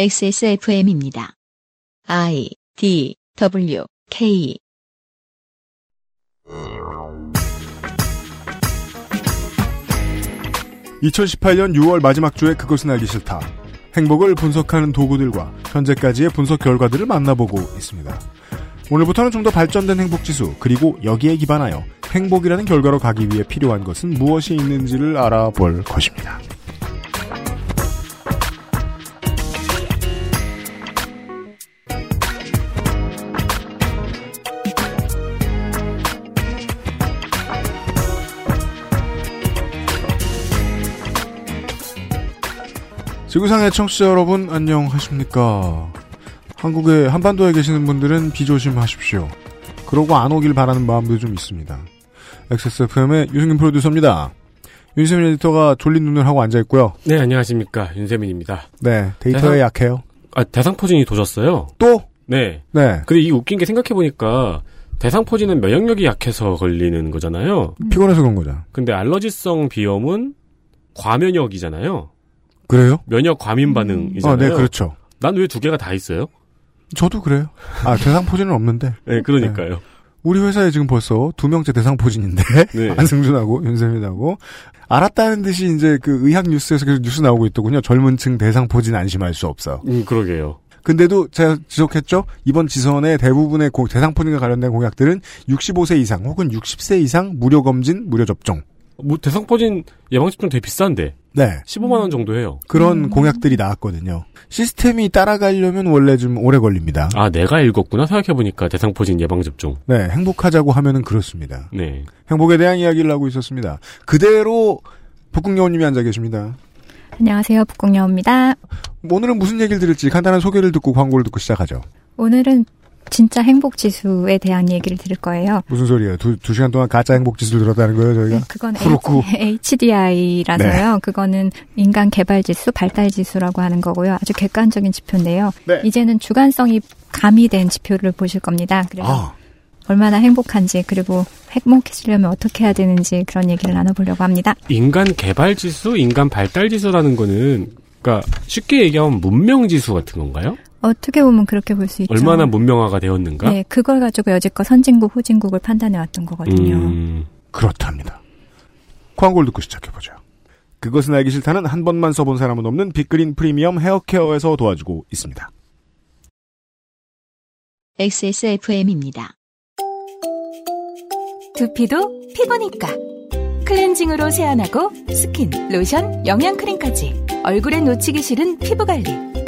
XSFM입니다. I D W K 음. 2018년 6월 마지막 주에 그것은 알기 싫다. 행복을 분석하는 도구들과 현재까지의 분석 결과들을 만나보고 있습니다. 오늘부터는 좀 더 발전된 행복 지수, 그리고 여기에 기반하여 행복이라는 결과로 가기 위해 필요한 것은 무엇이 있는지를 알아볼 것입니다. 지구상의 청취자 여러분 안녕하십니까? 한국의 한반도에 계시는 분들은 비조심하십시오. 그러고 안 오길 바라는 마음도 좀 있습니다. XSFM의 유승균 프로듀서입니다. 윤세민 에디터가 졸린 눈을 하고 앉아 있고요. 네, 안녕하십니까. 윤세민입니다. 네, 데이터에 대상- 약해요. 아, 대상 포진이 도졌어요? 또 네. 네, 근데 이 웃긴 게 생각해보니까 대상 포진은 면역력이 약해서 걸리는 거잖아요. 피곤해서 그런 거죠. 근데 알러지성 비염은 과면역이잖아요. 그래요? 면역 과민 아, 반응이잖아요. 네, 그렇죠. 난 왜 두 개가 다 있어요? 저도 그래요. 아, 대상 포진은 없는데 네, 그러니까요. 우리 회사에 지금 벌써 두 명째 대상 포진인데 네. 안승준하고 윤세민하고 알았다는 듯이 이제 그 의학 뉴스에서 계속 뉴스 나오고 있더군요. 젊은층 대상 포진 안심할 수 없어. 음, 그러게요. 근데도 제가 지적했죠. 이번 지선의 대부분의 고- 대상 포진과 관련된 공약들은 65세 이상 혹은 60세 이상 무료 검진, 무료 접종. 뭐, 대상 포진 예방접종 되게 비싼데. 네. 15만원 정도 해요. 그런 공약들이 나왔거든요. 시스템이 따라가려면 원래 좀 오래 걸립니다. 아, 내가 읽었구나. 생각해보니까 대상 포진 예방접종. 네, 행복하자고 하면은 그렇습니다. 네. 행복에 대한 이야기를 하고 있었습니다. 그대로 북극여우님이 앉아 계십니다. 뭐 안녕하세요, 북극여우입니다. 오늘은 무슨 얘기를 들을지 간단한 소개를 듣고 광고를 듣고 시작하죠. 오늘은 진짜 행복 지수에 대한 얘기를 들을 거예요. 무슨 소리예요? 두, 두 시간 동안 가짜 행복 지수를 들었다는 거예요, 저희가? 네, 그건 부럽고. HDI라서요. 네. 그거는 인간 개발 지수, 발달 지수라고 하는 거고요. 아주 객관적인 지표인데요. 네. 이제는 주관성이 가미된 지표를 보실 겁니다. 그래서 아, 얼마나 행복한지 그리고 행복해지려면 어떻게 해야 되는지 그런 얘기를 나눠보려고 합니다. 인간 개발 지수, 인간 발달 지수라는 거는, 그니까, 쉽게 얘기하면 문명 지수 같은 건가요? 어떻게 보면 그렇게 볼 수 있죠. 얼마나 문명화가 되었는가? 네, 그걸 가지고 여지껏 선진국, 후진국을 판단해 왔던 거거든요. 음, 그렇답니다. 광고를 듣고 시작해보죠. 그것은 알기 싫다는 한 번만 써본 사람은 없는 빅그린 프리미엄 헤어케어에서 도와주고 있습니다. XSFM입니다. 두피도 피부니까 클렌징으로 세안하고 스킨, 로션, 영양크림까지 얼굴에 놓치기 싫은 피부관리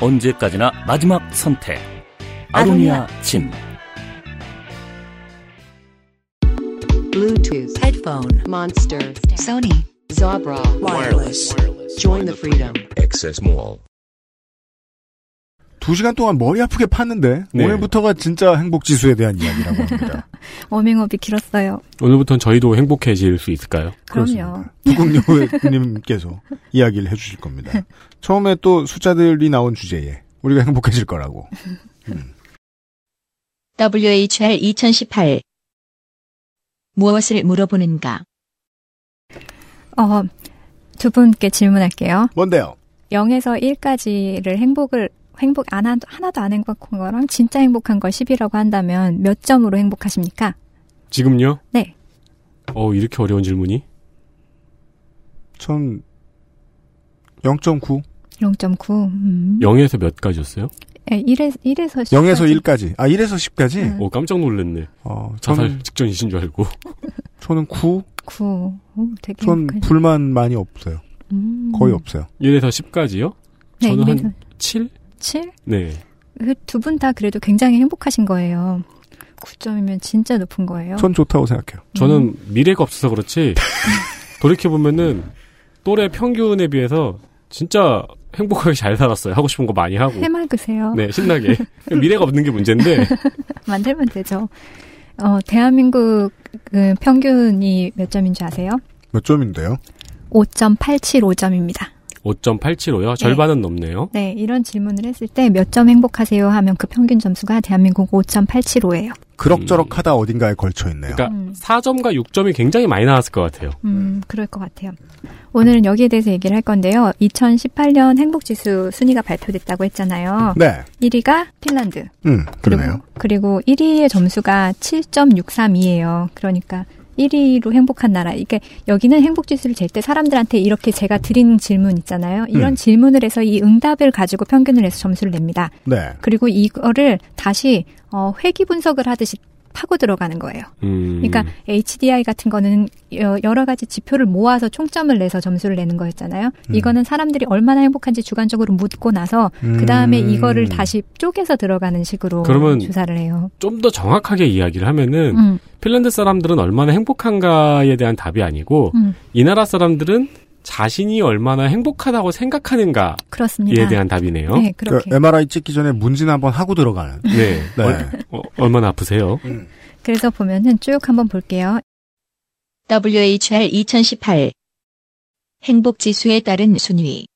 언제까지나 마지막 선택. 아로니아 침. Bluetooth, headphone, monster, Sony, Zabra, wireless. Join the freedom. 두 시간 동안 머리 아프게 팠는데 네. 오늘부터가 진짜 행복 지수에 대한 이야기라고 합니다. 워밍업이 길었어요. 오늘부터는 저희도 행복해질 수 있을까요? 그럼요. 북극여우님께서 이야기를 해주실 겁니다. 처음에 또 숫자들이 나온 주제에 우리가 행복해질 거라고. WHR 2018 무엇을 물어보는가? 어, 두 분께 질문할게요. 뭔데요? 0에서 1까지를 행복을 행복 안 한, 하나도 안 행복한 거랑 진짜 행복한 걸 10이라고 한다면 몇 점으로 행복하십니까? 지금요? 네. 어, 이렇게 어려운 질문이? 전 0.9, 0.9. 음. 예, 0에서 몇까지였어요? 에, 1에, 1에서 10. 0에서 1까지. 아 1에서 10까지. 음. 오, 깜짝 놀랐네. 어, 자살 저는 직전이신 줄 알고. 저는 9, 9. 오, 되게 전 행복하시- 불만 많이 없어요. 네, 음. 거의 없어요. 1에서 10까지요? 네, 저는 한- 1에서 7? 7? 네. 두 분 다 그래도 굉장히 행복하신 거예요. 9점이면 진짜 높은 거예요. 전 좋다고 생각해요. 저는 음. 미래가 없어서 그렇지, 돌이켜보면은, 또래 평균에 비해서, 진짜 행복하게 잘 살았어요. 하고 싶은 거 많이 하고. 해맑으세요. 네, 신나게. 미래가 없는 게 문제인데. 만들면 되죠. 어, 대한민국 그 평균이 몇 점인 줄 아세요? 몇 점인데요? 5.875점입니다. 5.875요? 절반은 넘네요. 네, 이런 질문을 했을 때 몇 점 행복하세요 하면 그 평균 점수가 대한민국 5.875예요. 그럭저럭 하다 어딘가에 걸쳐 있네요. 그러니까 음. 4점과 6점이 굉장히 많이 나왔을 것 같아요. 음, 그럴 것 같아요. 오늘은 여기에 대해서 얘기를 할 건데요. 2018년 행복지수 순위가 발표됐다고 했잖아요. 네. 1위가 핀란드. 음, 그러네요. 그리고, 그리고 1위의 점수가 7.632예요. 그러니까 1위로 행복한 나라. 이게 여기는 행복 지수를 잴 때 사람들한테 이렇게 제가 드린 질문 있잖아요. 이런 음. 질문을 해서 이 응답을 가지고 평균을 해서 점수를 냅니다. 네. 그리고 이거를 다시 어, 회귀 분석을 하듯이 파고 들어가는 거예요. 음. 그러니까 HDI 같은 거는 여- 여러 가지 지표를 모아서 총점을 내서 점수를 내는 거였잖아요. 음. 이거는 사람들이 얼마나 행복한지 주관적으로 묻고 나서 음. 그 다음에 이거를 다시 쪼개서 들어가는 식으로 그러면 조사를 해요. 좀 더 정확하게 이야기를 하면은 음, 핀란드 사람들은 얼마나 행복한가에 대한 답이 아니고 음, 이 나라 사람들은 자신이 얼마나 행복하다고 생각하는가에 그렇습니다. 대한 답이네요. 네, 그렇게. 그러니까 MRI 찍기 전에 문진 한번 하고 들어가는. 네. 네. 얼, 어, 얼마나 아프세요? 그래서 보면은 쭉 한번 볼게요. WHR 2018 행복 지수에 따른 순위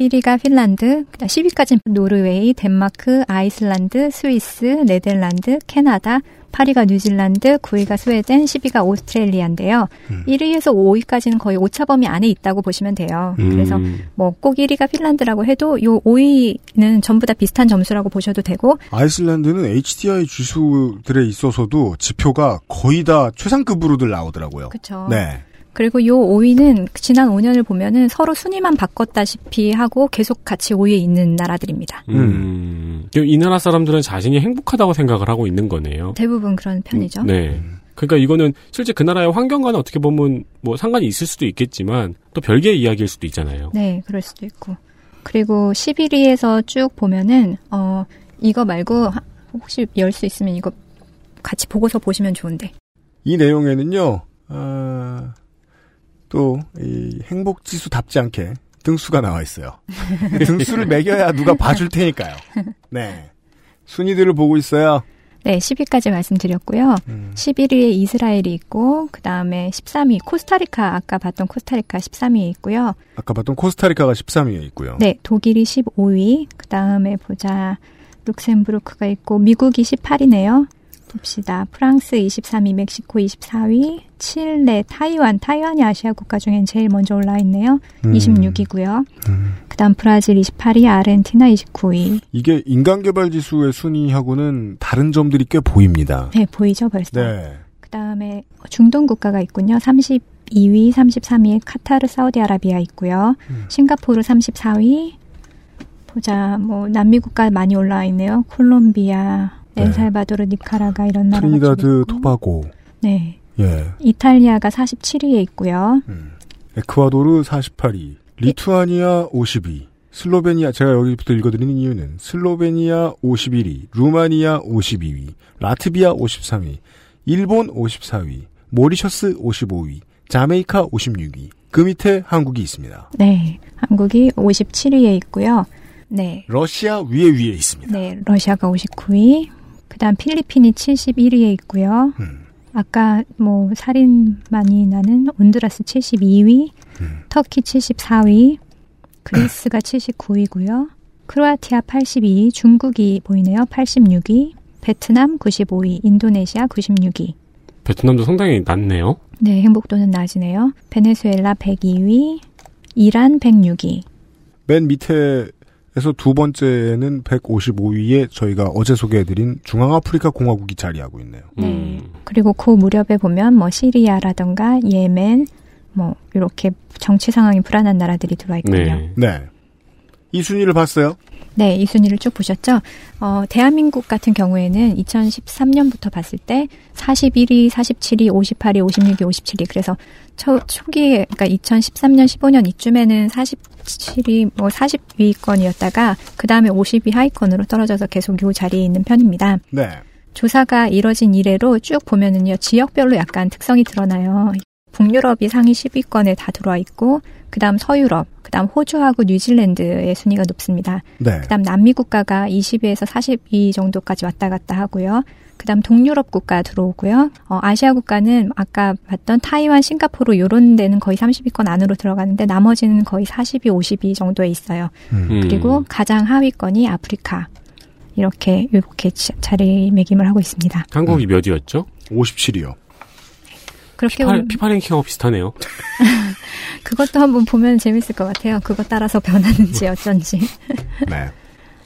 1위가 핀란드, 10위까지는 노르웨이, 덴마크, 아이슬란드, 스위스, 네덜란드, 캐나다, 8위가 뉴질란드, 9위가 스웨덴, 10위가 오스트레일리아인데요. 음. 1위에서 5위까지는 거의 오차범위 안에 있다고 보시면 돼요. 그래서 음. 뭐 꼭 1위가 핀란드라고 해도 요 5위는 전부 다 비슷한 점수라고 보셔도 되고 아이슬란드는 HDI 지수들에 있어서도 지표가 거의 다 최상급으로들 나오더라고요. 그렇죠. 네. 그리고 요 5위는 지난 5년을 보면은 서로 순위만 바꿨다시피 하고 계속 같이 5위에 있는 나라들입니다. 음. 그럼 이 나라 사람들은 자신이 행복하다고 생각을 하고 있는 거네요. 대부분 그런 편이죠. 네. 그러니까 이거는 실제 그 나라의 환경과는 어떻게 보면 뭐 상관이 있을 수도 있겠지만 또 별개의 이야기일 수도 있잖아요. 네, 그럴 수도 있고. 그리고 11위에서 쭉 보면은 어 이거 말고 하- 혹시 열 수 있으면 이거 같이 보고서 보시면 좋은데. 이 내용에는요, 아, 또, 이 행복지수 답지 않게 등수가 나와 있어요. 등수를 매겨야 누가 봐줄 테니까요. 네. 순위들을 보고 있어요. 네, 10위까지 말씀드렸고요. 11위에 이스라엘이 있고 그다음에 13위 코스타리카 아까 봤던 코스타리카 13위에 있고요. 아까 봤던 코스타리카가 13위에 있고요. 네, 독일이 15위. 그다음에 보자. 룩셈부르크가 있고 미국이 18위네요. 봅시다. 프랑스 23위, 멕시코 24위, 칠레, 타이완. 타이완이 아시아 국가 중엔 제일 먼저 올라와 있네요. 음. 26이고요. 음. 그다음 브라질 28위, 아르헨티나 29위. 이게 인간개발지수의 순위하고는 다른 점들이 꽤 보입니다. 네, 보이죠 벌써. 네. 그다음에 중동 국가가 있군요. 32위, 33위에 카타르, 사우디아라비아 있고요. 음. 싱가포르 34위. 보자. 뭐 남미 국가 많이 올라와 있네요. 콜롬비아, 네. 엘살바도르, 니카라가 이런 나라가 좀 트리니다드 있고. 토바고. 네. 예. 이탈리아가 47위에 있고요. 음. 에콰도르 48위, 리투아니아 50위, 슬로베니아 제가 여기부터 읽어드리는 이유는 슬로베니아 51위, 루마니아 52위, 라트비아 53위, 일본 54위, 모리셔스 55위, 자메이카 56위. 그 밑에 한국이 있습니다. 네. 한국이 57위에 있고요. 네. 러시아 위에 위에 있습니다. 네, 러시아가 59위. 그다음 필리핀이 71위에 있고요. 음. 아까 뭐 살인 많이 나는 온두라스 72위, 음. 터키 74위, 그리스가 79위고요. 크로아티아 82위, 중국이 보이네요. 86위, 베트남 95위, 인도네시아 96위. 베트남도 상당히 낮네요. 네, 행복도는 낮이네요. 베네수엘라 102위, 이란 106위. 맨 밑에에서 두 번째는 155위에 저희가 어제 소개해드린 중앙아프리카 공화국이 자리하고 있네요. 네. 음. 그리고 그 무렵에 보면 뭐 시리아라던가 예멘 뭐 이렇게 정치 상황이 불안한 나라들이 들어와 있군요. 네, 네. 네. 이 순위를 봤어요? 이 순위를 쭉 보셨죠? 어, 대한민국 같은 경우에는 2013년부터 봤을 때 41위, 47위, 58위, 56위, 57위. 그래서 초, 초기에 그러니까 2013년, 15년 이쯤에는 47위, 뭐 40위권이었다가 그다음에 50위 하위권으로 떨어져서 계속 요 자리에 있는 편입니다. 네. 조사가 이뤄진 이래로 쭉 보면은요 지역별로 약간 특성이 드러나요. 북유럽이 상위 10위권에 다 들어와 있고 그다음 서유럽, 그다음 호주하고 뉴질랜드의 순위가 높습니다. 네. 그다음 남미 국가가 20에서 42 정도까지 왔다 갔다 하고요. 그다음 동유럽 국가 들어오고요. 어, 아시아 국가는 아까 봤던 타이완, 싱가포르 요런 데는 거의 30위권 안으로 들어가는데 나머지는 거의 42, 52 정도에 있어요. 음. 그리고 가장 하위권이 아프리카. 이렇게 이렇게 자- 자리매김을 하고 있습니다. 한국이 몇이었죠? 57이요. 그렇게 그렇죠. 피파, 보면 피파 랭킹하고 비슷하네요. 그것도 한번 보면 재밌을 것 같아요. 그거 따라서 뭐. 변하는지 어쩐지. 네.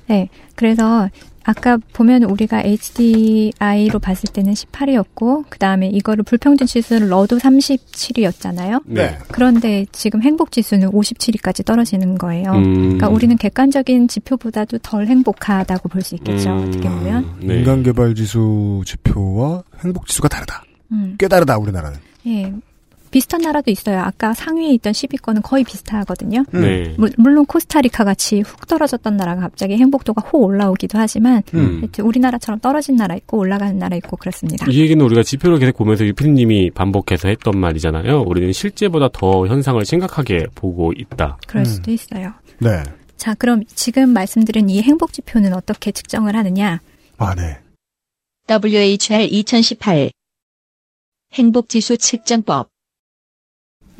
네, 그래서 아까 보면 우리가 HDI로 봤을 때는 18이었고 그 다음에 이거를 불평등 지수를 넣어도 37이었잖아요. 네. 그런데 지금 행복 지수는 57위까지 떨어지는 거예요. 음. 그러니까 우리는 객관적인 지표보다도 덜 행복하다고 볼 수 있겠죠. 음. 어떻게 보면. 네. 인간개발지수 지표와 행복지수가 다르다. 음. 꽤 다르다 우리나라는. 예. 비슷한 나라도 있어요. 아까 상위에 있던 10위권은 거의 비슷하거든요. 음. 네. 물- 물론 코스타리카 같이 훅 떨어졌던 나라가 갑자기 행복도가 호 올라오기도 하지만 음. 하여튼 우리나라처럼 떨어진 나라 있고 올라가는 나라 있고 그렇습니다. 이 얘기는 우리가 지표를 계속 보면서 유피님이 반복해서 했던 말이잖아요. 우리는 실제보다 더 현상을 심각하게 보고 있다. 그럴 음. 수도 있어요. 네. 자, 그럼 지금 말씀드린 이 행복 지표는 어떻게 측정을 하느냐? 아, 네. WHR 2018 행복지수 측정법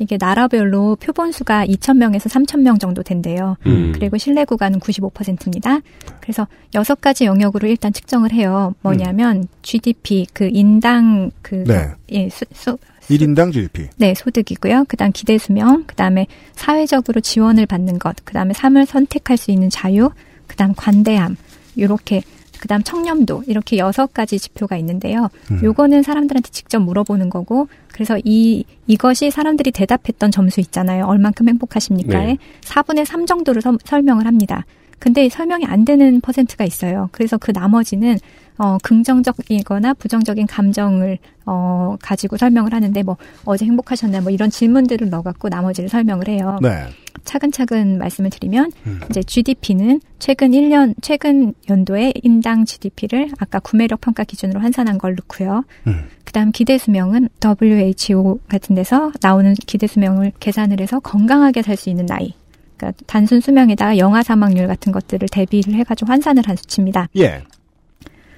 이게 나라별로 표본수가 2,000명에서 3,000명 정도 된대요. 음. 그리고 실내 구간은 95%입니다. 그래서 여섯 가지 영역으로 일단 측정을 해요. 뭐냐면 GDP 그 인당 그 네. 예, 수, 수, 1인당 GDP. 네, 소득이고요. 그다음 기대 수명, 그다음에 사회적으로 지원을 받는 것, 그다음에 삶을 선택할 수 있는 자유, 그다음 관대함. 요렇게 그다음 청렴도 이렇게 여섯 가지 지표가 있는데요. 음. 요거는 사람들한테 직접 물어보는 거고 그래서 이 이것이 사람들이 대답했던 점수 있잖아요. 얼만큼 행복하십니까에 네. 4분의 3 정도를 섬- 설명을 합니다. 근데 설명이 안 되는 퍼센트가 있어요. 그래서 그 나머지는 어 긍정적이거나 부정적인 감정을 어 가지고 설명을 하는데 뭐 어제 행복하셨나 뭐 이런 질문들을 넣어 갖고 나머지를 설명을 해요. 네. 차근차근 말씀을 드리면 음. 이제 GDP는 최근 1년 최근 연도에 인당 GDP를 아까 구매력 평가 기준으로 환산한 걸 넣고요. 음. 그다음 기대 수명은 WHO 같은 데서 나오는 기대 수명을 계산을 해서 건강하게 살 수 있는 나이. 그러니까 단순 수명에다가 영아 사망률 같은 것들을 대비를 해가지고 환산을 한 수치입니다. 예.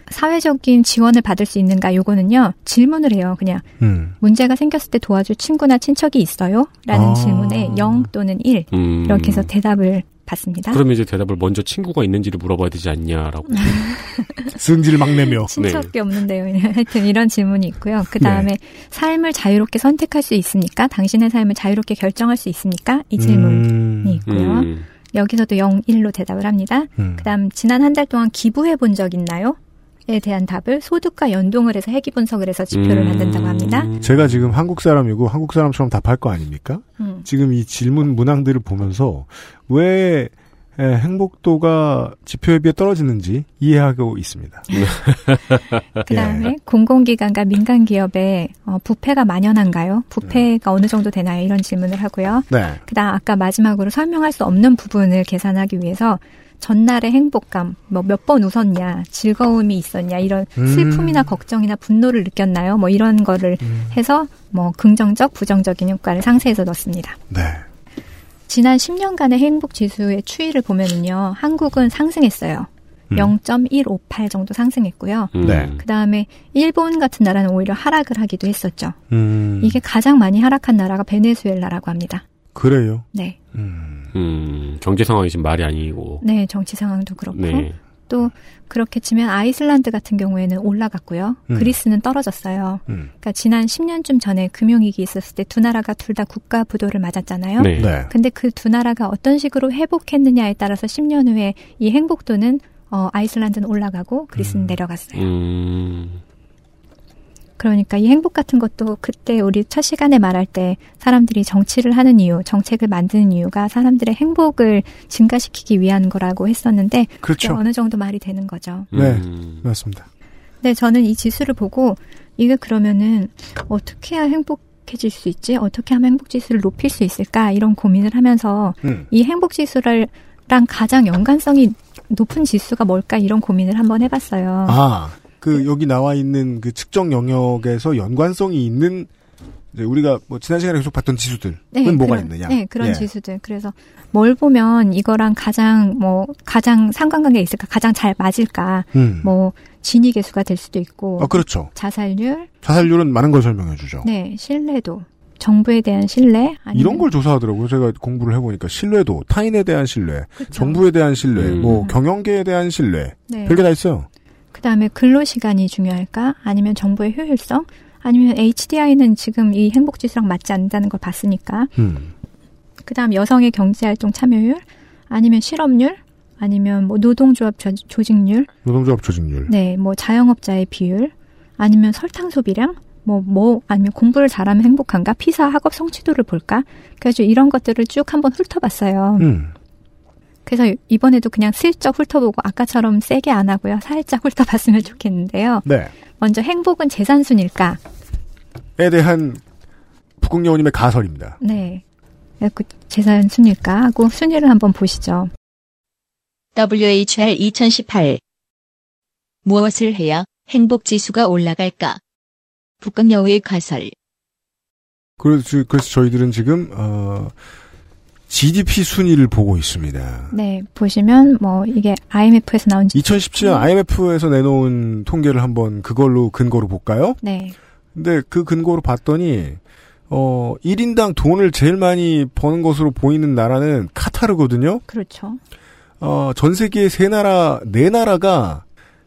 사회적인 지원을 받을 수 있는가 요거는요 질문을 해요 그냥 음. 문제가 생겼을 때 도와줄 친구나 친척이 있어요? 라는 아. 질문에 0 또는 1 음. 그렇죠. 이렇게 해서 대답을 받습니다. 그러면 이제 대답을 먼저 친구가 있는지를 물어봐야 되지 않냐라고. 승질 막 내며. 네. 친척이 없는데요. 하여튼 이런 질문이 있고요. 그 다음에 삶을 자유롭게 선택할 수 있습니까? 당신의 삶을 자유롭게 결정할 수 있습니까? 이 질문이 음. 있고요. 여기서도 0, 1로 대답을 합니다. 음. 그 다음 지난 한 달 동안 기부해 본 적 있나요? 에 대한 답을 소득과 연동을 해서 해기 분석을 음. 해서 음. 지표를 만든다고 합니다. 제가 지금 한국 사람이고 한국 사람처럼 답할 거 아닙니까? 음. 지금 이 질문 문항들을 보면서 왜 에, 행복도가 지표에 비해 떨어지는지 이해하고 있습니다. 네. 그 다음에 예. 공공기관과 민간기업의 어, 부패가 만연한가요? 음. 부패가 어느 정도 되나요? 이런 질문을 하고요. 네. 그 다음 아까 마지막으로 설명할 수 없는 부분을 계산하기 위해서 전날의 행복감, 뭐 몇 번 웃었냐, 즐거움이 있었냐, 이런 음. 슬픔이나 걱정이나 분노를 느꼈나요? 뭐 이런 거를 음. 해서 뭐 긍정적, 부정적인 효과를 상세해서 넣습니다. 네. 지난 10년간의 행복 지수의 추이를 보면은요, 한국은 상승했어요. 음. 0.158 정도 상승했고요. 네. 그 다음에 일본 같은 나라는 오히려 하락을 하기도 했었죠. 음. 이게 가장 많이 하락한 나라가 베네수엘라라고 합니다. 그래요. 네. 음. 음, 경제 상황이 지금 말이 아니고. 네, 정치 상황도 그렇고. 네. 또, 그렇게 치면 아이슬란드 같은 경우에는 올라갔고요. 음. 그리스는 떨어졌어요. 음. 그러니까 지난 10년쯤 전에 금융위기 있었을 때 두 나라가 둘 다 국가 부도를 맞았잖아요. 네. 네. 근데 그 두 나라가 어떤 식으로 회복했느냐에 따라서 10년 후에 이 행복도는 어, 아이슬란드는 올라가고 그리스는 음. 내려갔어요. 음, 그러니까 이 행복 같은 것도 그때 우리 첫 시간에 말할 때 사람들이 정치를 하는 이유, 정책을 만드는 이유가 사람들의 행복을 증가시키기 위한 거라고 했었는데 그게 그렇죠. 어느 정도 말이 되는 거죠. 네. 음. 맞습니다. 네, 저는 이 지수를 보고 이게 그러면은 어떻게 해야 행복해질 수 있지? 어떻게 하면 행복 지수를 높일 수 있을까? 이런 고민을 하면서 음. 이 행복 지수랑 가장 연관성이 높은 지수가 뭘까? 이런 고민을 한번 해봤어요. 아, 그 여기 나와 있는 그 측정 영역에서 연관성이 있는 이제 우리가 뭐 지난 시간에 계속 봤던 지수들은 뭐가 그런- 있느냐? 네, 그런 예. 지수들. 그래서 뭘 보면 이거랑 가장 뭐 가장 상관관계 있을까, 가장 잘 맞을까, 음. 뭐 진위 개수가 될 수도 있고 아 그렇죠. 자살률, 자살률은 많은 걸 설명해 주죠. 네, 신뢰도, 정부에 대한 신뢰, 아니면 이런 걸 조사하더라고요. 제가 공부를 해보니까 신뢰도, 타인에 대한 신뢰, 그쵸. 정부에 대한 신뢰, 음. 뭐 경영계에 대한 신뢰, 네. 별게 다 있어요. 그다음에 근로 시간이 중요할까? 아니면 정부의 효율성? 아니면 HDI는 지금 이 행복 지수랑 맞지 않는다는 걸 봤으니까. 음. 그다음 여성의 경제 활동 참여율, 아니면 실업률, 아니면 뭐 노동조합 조- 조직률, 노동조합 조직률. 네, 뭐 자영업자의 비율, 아니면 설탕 소비량, 뭐, 뭐, 아니면 공부를 잘하면 행복한가? 피사 학업 성취도를 볼까? 그래서 이런 것들을 쭉 한번 훑어봤어요. 음. 그래서 이번에도 그냥 슬쩍 훑어보고 아까처럼 세게 안 하고요. 살짝 훑어봤으면 좋겠는데요. 네. 먼저 행복은 재산순일까? 에 대한 북극 여우님의 가설입니다. 네. 그래갖고 재산순일까? 하고 순위를 한번 보시죠. WHR 2018. 무엇을 해야 행복 지수가 올라갈까? 북극여우의 가설. 그래서, 그래서 저희들은 지금 어, GDP 순위를 보고 있습니다. 네. 보시면 뭐 이게 IMF에서 나온 지, 2017년 IMF에서 내놓은 통계를 한번 그걸로 근거로 볼까요? 네. 근데 그 근거로 봤더니 어 1인당 돈을 제일 많이 버는 것으로 보이는 나라는 카타르거든요. 그렇죠. 어, 전 세계 세 나라, 네 나라가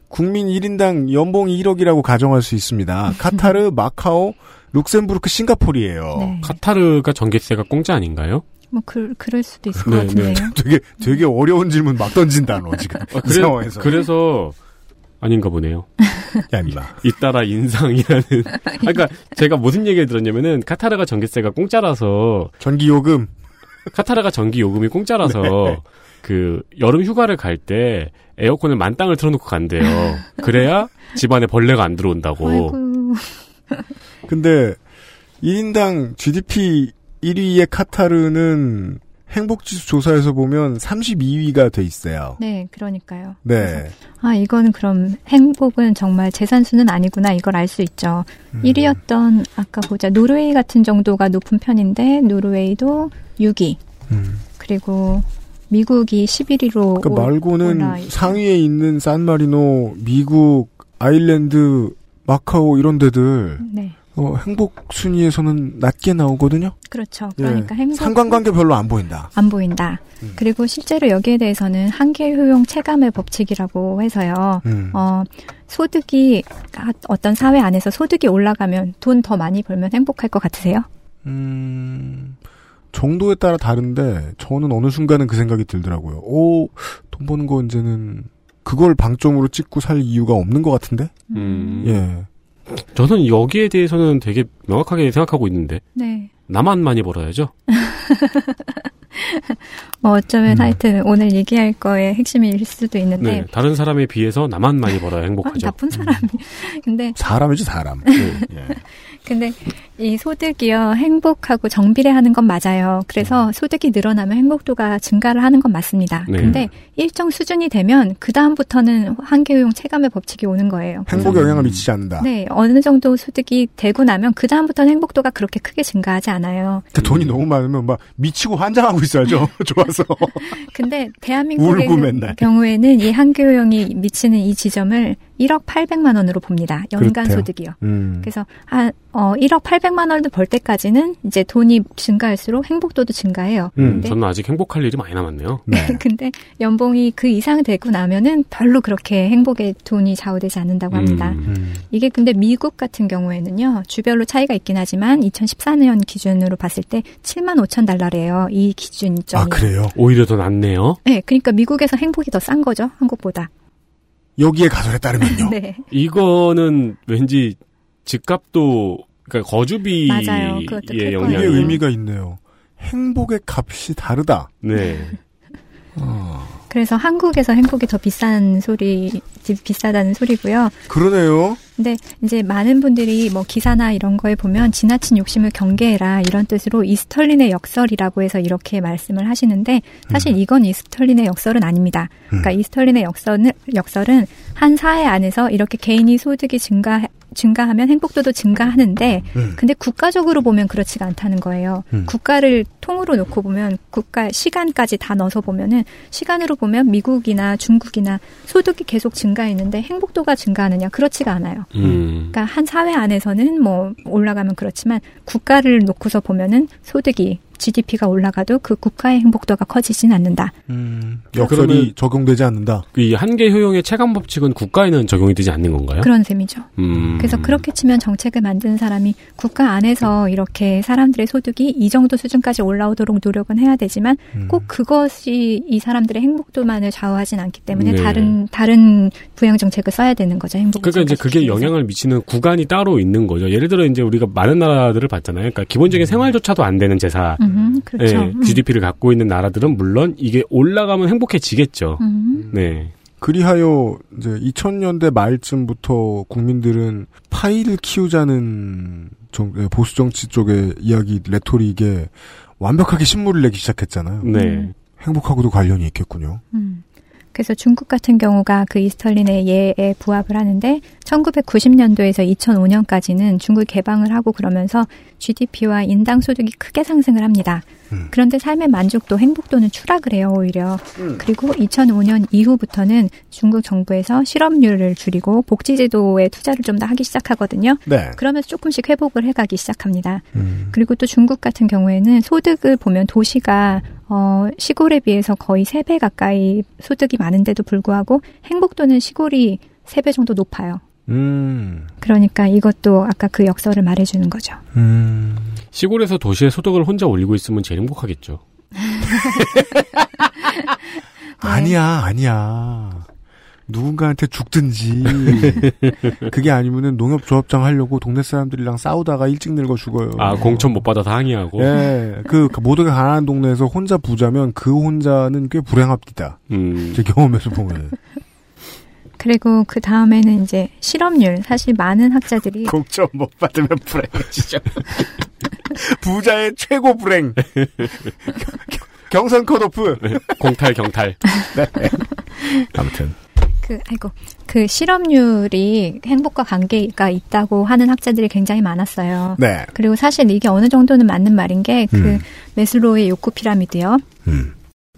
국민 1인당 연봉이 1억이라고 가정할 수 있습니다. 카타르, 마카오, 룩셈부르크, 싱가포르예요. 어, 네. 카타르가 전기세가 공짜 아닌가요? 뭐 그, 그럴 수도 있을 네, 것 같은데요. 되게 되게 어려운 질문 막 던진다 너 지금 아, 이그 상황에서 그래서 아닌가 보네요. 야 임마 잇따라 인상이라는. 아, 그러니까 제가 무슨 얘기를 들었냐면은 카타르가 전기세가 공짜라서 전기요금 카타르가 전기 요금이 공짜라서 네. 그 여름 휴가를 갈 때 에어컨을 만땅을 틀어놓고 간대요. 그래야 집안에 벌레가 안 들어온다고. 아이고. 근데 1인당 GDP 1위의 카타르는 행복지수 조사에서 보면 32위가 돼 있어요. 네, 그러니까요. 네. 아, 이건 그럼 행복은 정말 재산수는 아니구나. 이걸 알 수 있죠. 음. 1위였던 아까 보자. 노르웨이 같은 정도가 높은 편인데 노르웨이도 6위. 음. 그리고 미국이 11위로 그러니까 말고는 올라있죠. 상위에 있는 산마리노, 미국, 아일랜드, 마카오 이런 데들 네. 어, 행복 순위에서는 낮게 나오거든요. 그렇죠. 그러니까 예. 행복 상관관계 음. 별로 안 보인다. 안 보인다. 그리고 실제로 여기에 대해서는 한계 효용 체감의 법칙이라고 해서요. 음. 어, 소득이 아, 어떤 사회 안에서 소득이 올라가면 돈 더 많이 벌면 행복할 것 같으세요? 음, 정도에 따라 다른데 저는 어느 순간은 그 생각이 들더라고요. 오, 돈 버는 거 이제는 그걸 방점으로 찍고 살 이유가 없는 것 같은데? 음. 예. 저는 여기에 대해서는 되게 명확하게 생각하고 있는데 네. 나만 많이 벌어야죠. 뭐 어쩌면 음. 하여튼 오늘 얘기할 거의 핵심일 수도 네, 있는데 다른 사람에 비해서 나만 많이 뭐 벌어야 아, 행복하죠. 음. 나쁜 사람이. 근데 사람이지 사람. 네. 예. 근데 이 소득이요 행복하고 정비례하는 건 맞아요. 음. 그래서 소득이 늘어나면 행복도가 증가를 하는 건 맞습니다. 네. 근데 일정 수준이 되면 그 다음부터는 한계용 체감의 법칙이 오는 거예요. 행복에 영향을 음. 미치지 않는다. 네, 어느 정도 소득이 되고 나면 그 다음부터는 행복도가 그렇게 크게 증가하지 않아요. 그러니까 돈이 너무 많으면 막 미치고 환장하고 있어야죠. 좋아서. 근데 울고 맨날. 대한민국의 경우에는 이 한계용이 미치는 이 지점을 1억 800만 원으로 봅니다. 연간 그렇대요. 소득이요. 음. 그래서 한 어, 1억 800만 원을 벌 때까지는 이제 돈이 증가할수록 행복도도 증가해요. 음. 네. 저는 아직 행복할 일이 많이 남았네요. 네. 근데 연봉이 그 이상 되고 나면은 별로 그렇게 행복에 돈이 좌우되지 않는다고 합니다. 음. 음. 이게 근데 미국 같은 경우에는요, 주별로 차이가 있긴 하지만 2014년 기준으로 봤을 때 7만 5천 달러래요. 이 기준점이. 아 그래요. 오히려 더 낫네요. 네, 그러니까 미국에서 행복이 더 싼 거죠, 한국보다. 여기에 가설에 따르면요. 네, 이거는 왠지 집값도 그러니까 거주비의 맞아요. 그것도 클 이게 거예요. 영향이 의미가 있네요. 행복의 값이 다르다. 네. 그래서 한국에서 행복이 더 비싼 소리, 비싸다는 소리고요. 그러네요. 근데 이제 많은 분들이 뭐 기사나 이런 거에 보면 지나친 욕심을 경계해라 이런 뜻으로 이스털린의 역설이라고 해서 이렇게 말씀을 하시는데 음. 사실 이건 이스털린의 역설은 아닙니다. 그러니까 이스털린의 역설은, 역설은 한 사회 안에서 이렇게 개인이 소득이 증가 증가하면 행복도도 증가하는데 음. 근데 국가적으로 보면 그렇지가 않다는 거예요. 음. 국가를 통으로 놓고 보면 국가 시간까지 다 넣어서 보면은 시간으로 보면 미국이나 중국이나 소득이 계속 증가했는데 행복도가 증가하느냐 그렇지가 않아요. 음. 그러니까 한 사회 안에서는 뭐 올라가면 그렇지만 국가를 놓고서 보면은 소득이 GDP가 올라가도 그 국가의 행복도가 커지진 않는다. 역설이 그러면- 적용되지 않는다. 이 한계 효용의 체감 법칙은 국가에는 적용이 되지 않는 건가요? 그런 셈이죠. 네? 음. 그래서 그렇게 치면 정책을 만드는 사람이 국가 안에서 이렇게 사람들의 소득이 이 정도 수준까지 올라오도록 노력은 해야 되지만 음. 꼭 그것이 이 사람들의 행복도만을 좌우하진 않기 때문에 네. 다른 다른 부양 정책을 써야 되는 거죠. 행복. 그러니까 이제 그게 영향을 미치는 구간이 따로 있는 거죠. 예를 들어 이제 우리가 많은 나라들을 봤잖아요. 그러니까 기본적인 생활조차도 안 되는 예, 재산, 음, 그렇죠. 네, 음. GDP를 갖고 있는 나라들은 물론 이게 올라가면 행복해지겠죠. 음. 네. 그리하여 이제 2000년대 말쯤부터 국민들은 파이를 키우자는 정- 예, 보수 정치 쪽의 이야기 레토릭에 완벽하게 신물을 내기 시작했잖아요. 네. 음. 행복하고도 관련이 있겠군요. 음. 그래서 중국 같은 경우가 그 이스털린의 예에 부합을 하는데 1990년도에서 2005년까지는 중국 개방을 하고 그러면서 GDP와 인당 소득이 크게 상승을 합니다. 음. 그런데 삶의 만족도, 행복도는 추락을 해요, 오히려. 그리고 2005년 이후부터는 중국 정부에서 실업률을 줄이고 복지제도에 투자를 좀 더 하기 시작하거든요. 네. 그러면서 조금씩 회복을 해가기 시작합니다. 음. 그리고 또 중국 같은 경우에는 소득을 보면 도시가 어, 시골에 비해서 거의 세 배 가까이 소득이 많은데도 불구하고 행복도는 시골이 세 배 정도 높아요. 음. 그러니까 이것도 아까 그 역설을 말해주는 거죠. 음. 시골에서 도시의 소득을 혼자 올리고 있으면 제일 행복하겠죠. 아니야, 아니야. 누군가한테 죽든지 그게 아니면은 농업조합장 하려고 동네 사람들이랑 싸우다가 일찍 늙어 죽어요. 음. 아 공천 못 받아서 항의하고. 예, 그 모두가 가난한 동네에서 혼자 부자면 그 혼자는 꽤 불행합디다. 음. 제 경험에서 보면 그리고 그 다음에는 이제 실업률. 사실 많은 학자들이 공천 못 받으면 불행해지죠. 부자의 최고 불행. 경선 컷오프. 공탈 경탈. 네, 아무튼 그 아이고 그 실업률이 행복과 관계가 있다고 하는 학자들이 굉장히 많았어요. 네. 그리고 사실 이게 어느 정도는 맞는 말인 게 그 음. 메슬로우의 욕구 피라미드요. 음.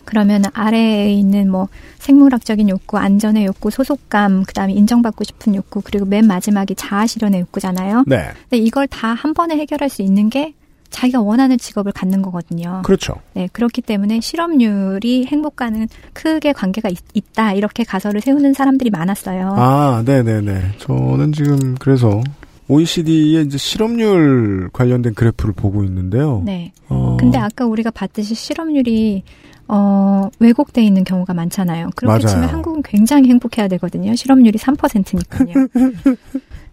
그러면 아래에 있는 뭐 생물학적인 욕구, 안전의 욕구, 소속감, 그다음에 인정받고 싶은 욕구, 그리고 맨 마지막이 자아 실현의 욕구잖아요. 네. 근데 이걸 다 한 번에 해결할 수 있는 게 자기가 원하는 직업을 갖는 거거든요. 그렇죠. 네, 그렇기 때문에 실업률이 행복과는 크게 관계가 있, 다 이렇게 가설을 세우는 사람들이 많았어요. 아, 네네네. 저는 지금 그래서 OECD의 이제 실업률 관련된 그래프를 보고 있는데요. 네. 어, 근데 아까 우리가 봤듯이 실업률이 어, 왜곡돼 있는 경우가 많잖아요. 그렇게 맞아요. 치면 한국은 굉장히 행복해야 되거든요. 실업률이 3%니까요.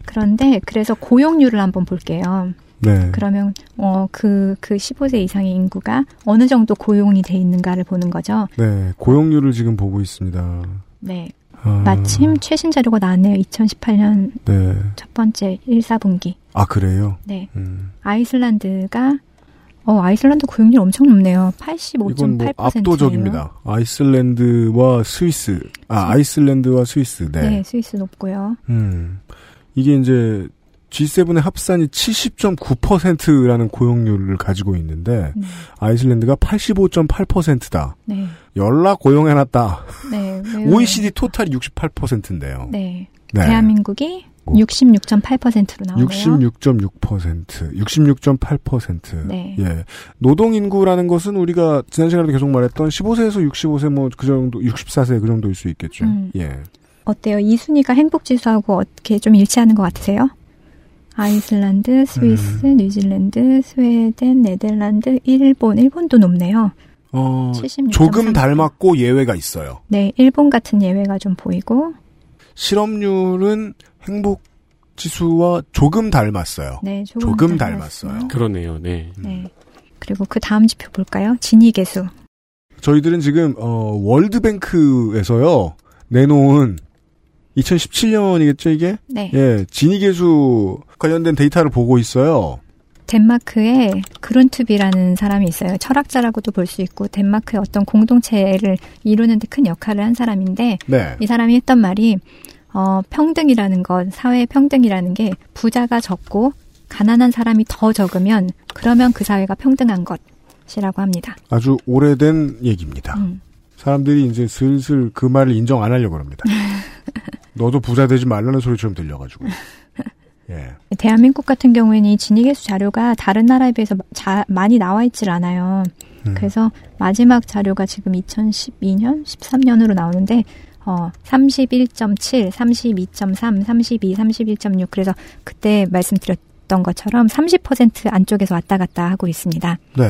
그런데 그래서 고용률을 한번 볼게요. 네. 그러면 어, 그, 그 15세 이상의 인구가 어느 정도 고용이 돼 있는가를 보는 거죠. 네. 고용률을 지금 보고 있습니다. 네. 아, 마침 최신 자료가 나왔네요. 2018년 네. 첫 번째 1, 4분기. 아, 그래요? 네. 음. 아이슬란드가 어, 아이슬란드 고용률 엄청 높네요. 85.8%. 이건 뭐 압도적입니다. 아이슬란드와 스위스. 아, 아이슬란드와 스위스. 네. 네, 스위스 높고요. 음. 이게 이제 G7의 합산이 70.9%라는 고용률을 가지고 있는데 네. 아이슬란드가 85.8%다. 네. 열라 고용해놨다. 네. 왜요? OECD 토탈이 68%인데요. 네. 대한민국이 오. 66.8%로 나오네요. 66.6%, 66.8%. 네. 예. 노동 인구라는 것은 우리가 지난 시간에도 계속 말했던 15세에서 65세 뭐 그 정도 64세 그 정도일 수 있겠죠. 음. 예. 어때요? 이 순위가 행복 지수하고 어떻게 좀 일치하는 것 같으세요? 아이슬란드, 스위스, 음. 뉴질랜드, 스웨덴, 네덜란드, 일본. 일본도 높네요. 어, 76. 조금 닮았고 예외가 있어요. 네, 일본 같은 예외가 좀 보이고. 실업률은 행복 지수와 조금 닮았어요. 네, 조금, 조금 닮았어요. 그러네요. 네. 네. 그리고 그 다음 지표 볼까요? 진위 계수. 저희들은 지금 어, 월드뱅크에서요. 내놓은 2017년이겠죠, 이게? 네. 예, 진위계수 관련된 데이터를 보고 있어요. 덴마크에 그룬투비라는 사람이 있어요. 철학자라고도 볼 수 있고 덴마크의 어떤 공동체를 이루는데 큰 역할을 한 사람인데 네. 이 사람이 했던 말이 어, 평등이라는 건 사회 평등이라는 게 부자가 적고 가난한 사람이 더 적으면 그러면 그 사회가 평등한 것이라고 합니다. 아주 오래된 얘기입니다. 음. 사람들이 이제 슬슬 그 말을 인정 안 하려고 합니다. 너도 부자 되지 말라는 소리처럼 들려가지고. 예. 대한민국 같은 경우에는 이 진위계수 자료가 다른 나라에 비해서 마- 자- 많이 나와 있질 않아요. 음. 그래서 마지막 자료가 지금 2012년, 13년으로 나오는데 어, 31.7, 32.3, 32, 31.6 그래서 그때 말씀드렸던 것처럼 30% 안쪽에서 왔다 갔다 하고 있습니다. 네.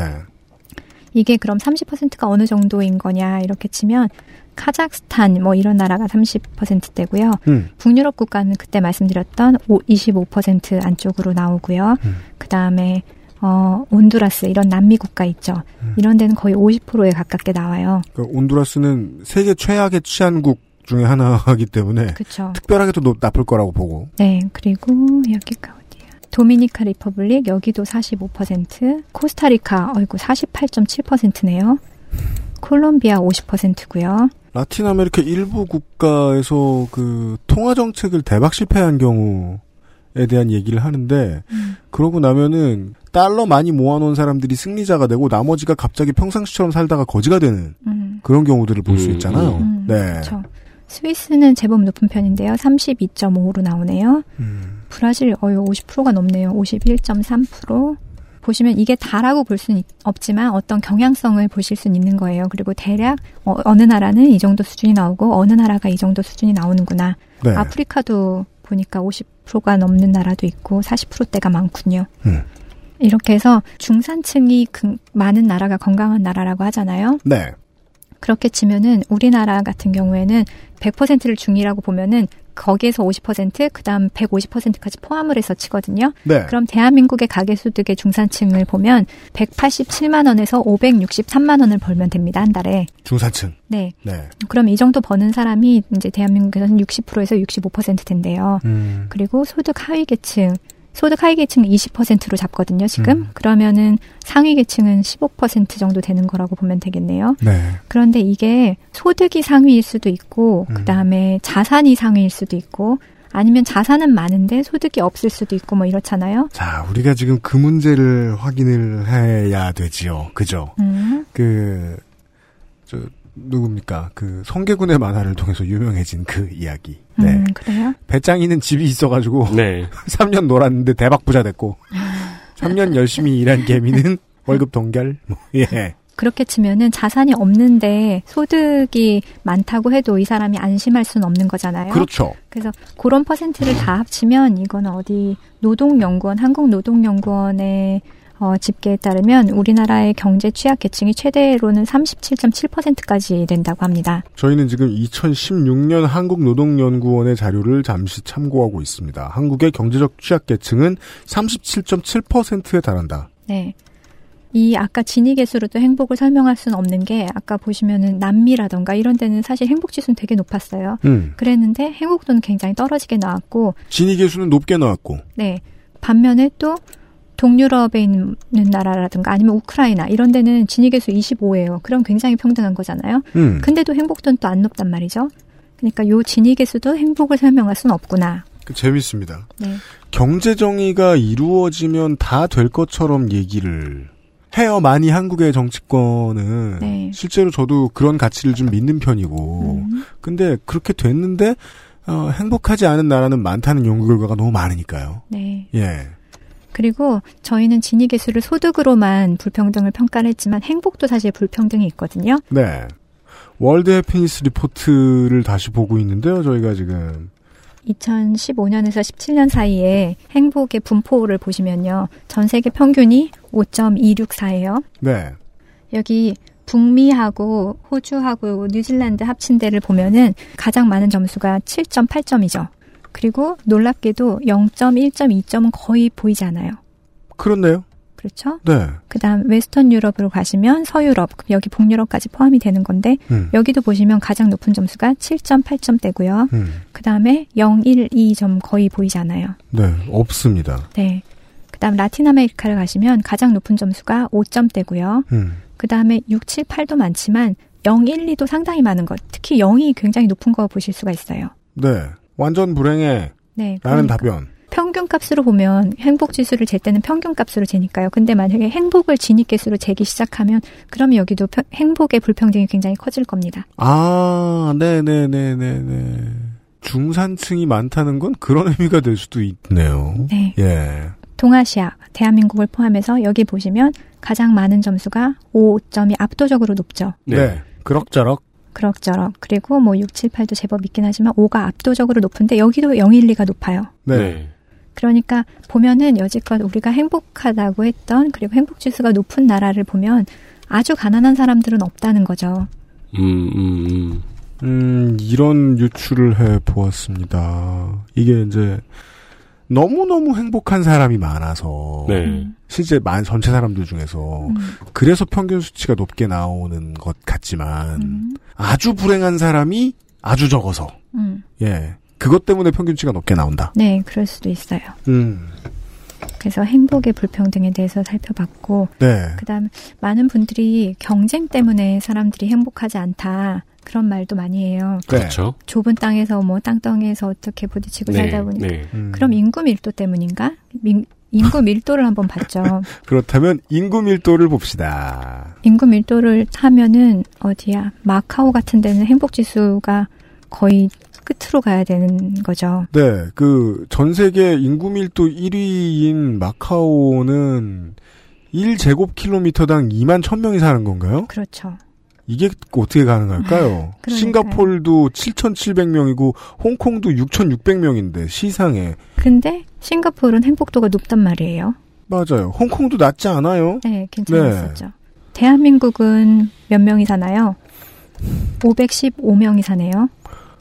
이게 그럼 30%가 어느 정도인 거냐 이렇게 치면 카자흐스탄 뭐 이런 나라가 30%대고요. 음. 북유럽 국가는 그때 말씀드렸던 오- 25% 안쪽으로 나오고요. 음. 그다음에 어 온두라스 이런 남미 국가 있죠. 이런 데는 거의 50%에 가깝게 나와요. 그 온두라스는 세계 최악의 치안국 중에 하나이기 때문에 그렇죠. 특별하게 또 높- 나쁠 거라고 보고. 네, 그리고 여기가 어디야? 도미니카 리퍼블릭 여기도 45%, 코스타리카 어이구 48.7%네요. 콜롬비아 50%고요. 라틴 아메리카 일부 국가에서 그 통화 정책을 대박 실패한 경우에 대한 얘기를 하는데 음. 그러고 나면은 달러 많이 모아놓은 사람들이 승리자가 되고 나머지가 갑자기 평상시처럼 살다가 거지가 되는 음. 그런 경우들을 볼 수 음, 있잖아요. 음, 네. 그렇죠. 스위스는 제법 높은 편인데요. 32.5로 나오네요. 음. 브라질 어유 50%가 넘네요. 51.3%. 보시면 이게 다라고 볼 수는 있- 없지만 어떤 경향성을 보실 수는 있는 거예요. 그리고 대략 어, 어느 나라는 이 정도 수준이 나오고 어느 나라가 이 정도 수준이 나오는구나. 네. 아프리카도 보니까 50%가 넘는 나라도 있고 40%대가 많군요. 음. 이렇게 해서 중산층이 그- 많은 나라가 건강한 나라라고 하잖아요. 네. 그렇게 치면은 우리나라 같은 경우에는 100%를 중이라고 보면은 거기에서 50%, 그다음 150%까지 포함을 해서 치거든요. 네. 그럼 대한민국의 가계 소득의 중산층을 보면 187만 원에서 563만 원을 벌면 됩니다. 한 달에. 중산층. 네. 네. 그럼 이 정도 버는 사람이 이제 대한민국에서는 60%에서 65% 된대요. 음. 그리고 소득 하위 계층 소득 하위 계층은 20%로 잡거든요, 지금. 음. 그러면은 상위 계층은 15% 정도 되는 거라고 보면 되겠네요. 네. 그런데 이게 소득이 상위일 수도 있고, 음. 그 다음에 자산이 상위일 수도 있고, 아니면 자산은 많은데 소득이 없을 수도 있고, 뭐 이렇잖아요. 자, 우리가 지금 그 문제를 확인을 해야 되지요. 그죠? 음, 그, 저, 누굽니까? 그, 성계군의 만화를 통해서 유명해진 그 이야기. 네. 음, 그래요? 배짱이는 집이 있어가지고, 네. 3년 놀았는데 대박 부자 됐고, 3년 열심히 일한 개미는 월급 동결? 뭐, 네. 예. 그렇게 치면은 자산이 없는데 소득이 많다고 해도 이 사람이 안심할 수는 없는 거잖아요. 그렇죠. 그래서 그런 퍼센트를 다 합치면 이건 어디 노동연구원 한국노동연구원의 어, 집계에 따르면 우리나라의 경제 취약 계층이 최대로는 37.7%까지 된다고 합니다. 저희는 지금 2016년 한국노동연구원의 자료를 잠시 참고하고 있습니다. 한국의 경제적 취약계층은 37.7%에 달한다. 네. 이 아까 진위계수로 또 행복을 설명할 수는 없는 게 아까 보시면은 남미라던가 이런 데는 사실 행복지수는 되게 높았어요. 음. 그랬는데 행복도는 굉장히 떨어지게 나왔고, 진위계수는 높게 나왔고, 네. 반면에 또 동유럽에 있는 나라라든가 아니면 우크라이나 이런 데는 진위계수 25예요. 그럼 굉장히 평등한 거잖아요. 음. 근데도 행복도는 또 안 높단 말이죠. 그러니까 요 진위계수도 행복을 설명할 수는 없구나. 그 재밌습니다. 네. 경제 정의가 이루어지면 다 될 것처럼 얘기를 해요. 많이 한국의 정치권은 네. 실제로 저도 그런 가치를 좀 믿는 편이고, 음, 근데 그렇게 됐는데 어, 행복하지 않은 나라는 많다는 연구 결과가 너무 많으니까요. 네. 예, 그리고 저희는 진위계수를 소득으로만 불평등을 평가를 했지만 행복도 사실 불평등이 있거든요. 네. 월드 해피니스 리포트를 다시 보고 있는데요. 저희가 지금 2015년에서 17년 사이에 행복의 분포를 보시면요. 전 세계 평균이 5.264예요. 네, 여기 북미하고 호주하고 뉴질랜드 합친 데를 보면은 가장 많은 점수가 7.8점이죠. 그리고 놀랍게도 0.1.2점은 거의 보이지 않아요. 그렇네요. 그렇죠? 네, 그다음 웨스턴 유럽으로 가시면 서유럽, 그럼 여기 북유럽까지 포함이 되는 건데 음, 여기도 보시면 가장 높은 점수가 7.8점대고요. 음, 그 다음에 0, 1, 2점 거의 보이지 않아요. 네, 없습니다. 네. 그 다음 라틴 아메리카를 가시면 가장 높은 점수가 5점대고요. 음, 그 다음에 6, 7, 8도 많지만 0, 1, 2도 상당히 많은 것. 특히 0이 굉장히 높은 거 보실 수가 있어요. 네, 완전 불행해. 네. 라는 그러니까 답변. 평균 값으로 보면 행복 지수를 잴 때는 평균 값으로 재니까요. 근데 만약에 행복을 진입 개수로 재기 시작하면 그러면 여기도 평- 행복의 불평등이 굉장히 커질 겁니다. 아, 네네네네네. 중산층이 많다는 건 그런 의미가 될 수도 있네요. 네. 예. 동아시아, 대한민국을 포함해서 여기 보시면 가장 많은 점수가 5점이 압도적으로 높죠. 네. 그럭저럭. 그럭저럭. 그리고 뭐 6, 7, 8도 제법 있긴 하지만 5가 압도적으로 높은데 여기도 0, 1, 2가 높아요. 네. 그러니까 보면은 여지껏 우리가 행복하다고 했던 그리고 행복 지수가 높은 나라를 보면 아주 가난한 사람들은 없다는 거죠. 음, 음, 음. 음, 이런 유추를 해 보았습니다. 이게 이제 너무너무 행복한 사람이 많아서. 네. 실제 만 전체 사람들 중에서. 음, 그래서 평균 수치가 높게 나오는 것 같지만. 음, 아주 불행한 사람이 아주 적어서. 음. 예. 그것 때문에 평균치가 높게 나온다. 네, 그럴 수도 있어요. 음. 그래서 행복의 불평등에 대해서 살펴봤고, 네. 그다음 많은 분들이 경쟁 때문에 사람들이 행복하지 않다 그런 말도 많이 해요. 그렇죠. 좁은 땅에서 뭐 땅덩이에서 어떻게 부딪히고 살다 보니까 네. 네. 음. 그럼 인구 밀도 때문인가? 민- 인구 밀도를 한번 봤죠. 그렇다면 인구 밀도를 봅시다. 인구 밀도를 하면은 어디야? 마카오 같은 데는 행복 지수가 거의 끝으로 가야 되는 거죠. 네, 그 전 세계 인구 밀도 1위인 마카오는 1제곱킬로미터당 2만 1000명이 사는 건가요? 그렇죠. 이게 어떻게 가능할까요? 아, 그러니까요. 싱가폴도 7,700명이고 홍콩도 6,600명인데 시상에 근데 싱가포르는 행복도가 높단 말이에요. 맞아요. 홍콩도 낮지 않아요? 네, 괜찮았었죠. 대한민국은 몇 명이 사나요? 515명이 사네요.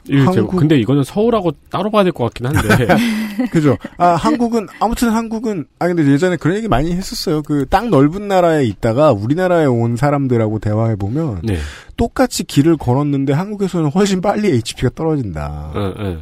이거 제가- 한국- 근데 이거는 서울하고 따로 봐야 될 것 같긴 한데. 그죠? 아, 한국은, 아무튼 한국은, 아, 근데 예전에 그런 얘기 많이 했었어요. 그, 땅 넓은 나라에 있다가 우리나라에 온 사람들하고 대화해보면, 네. 똑같이 길을 걸었는데 한국에서는 훨씬 빨리 HP가 떨어진다. 어, 어.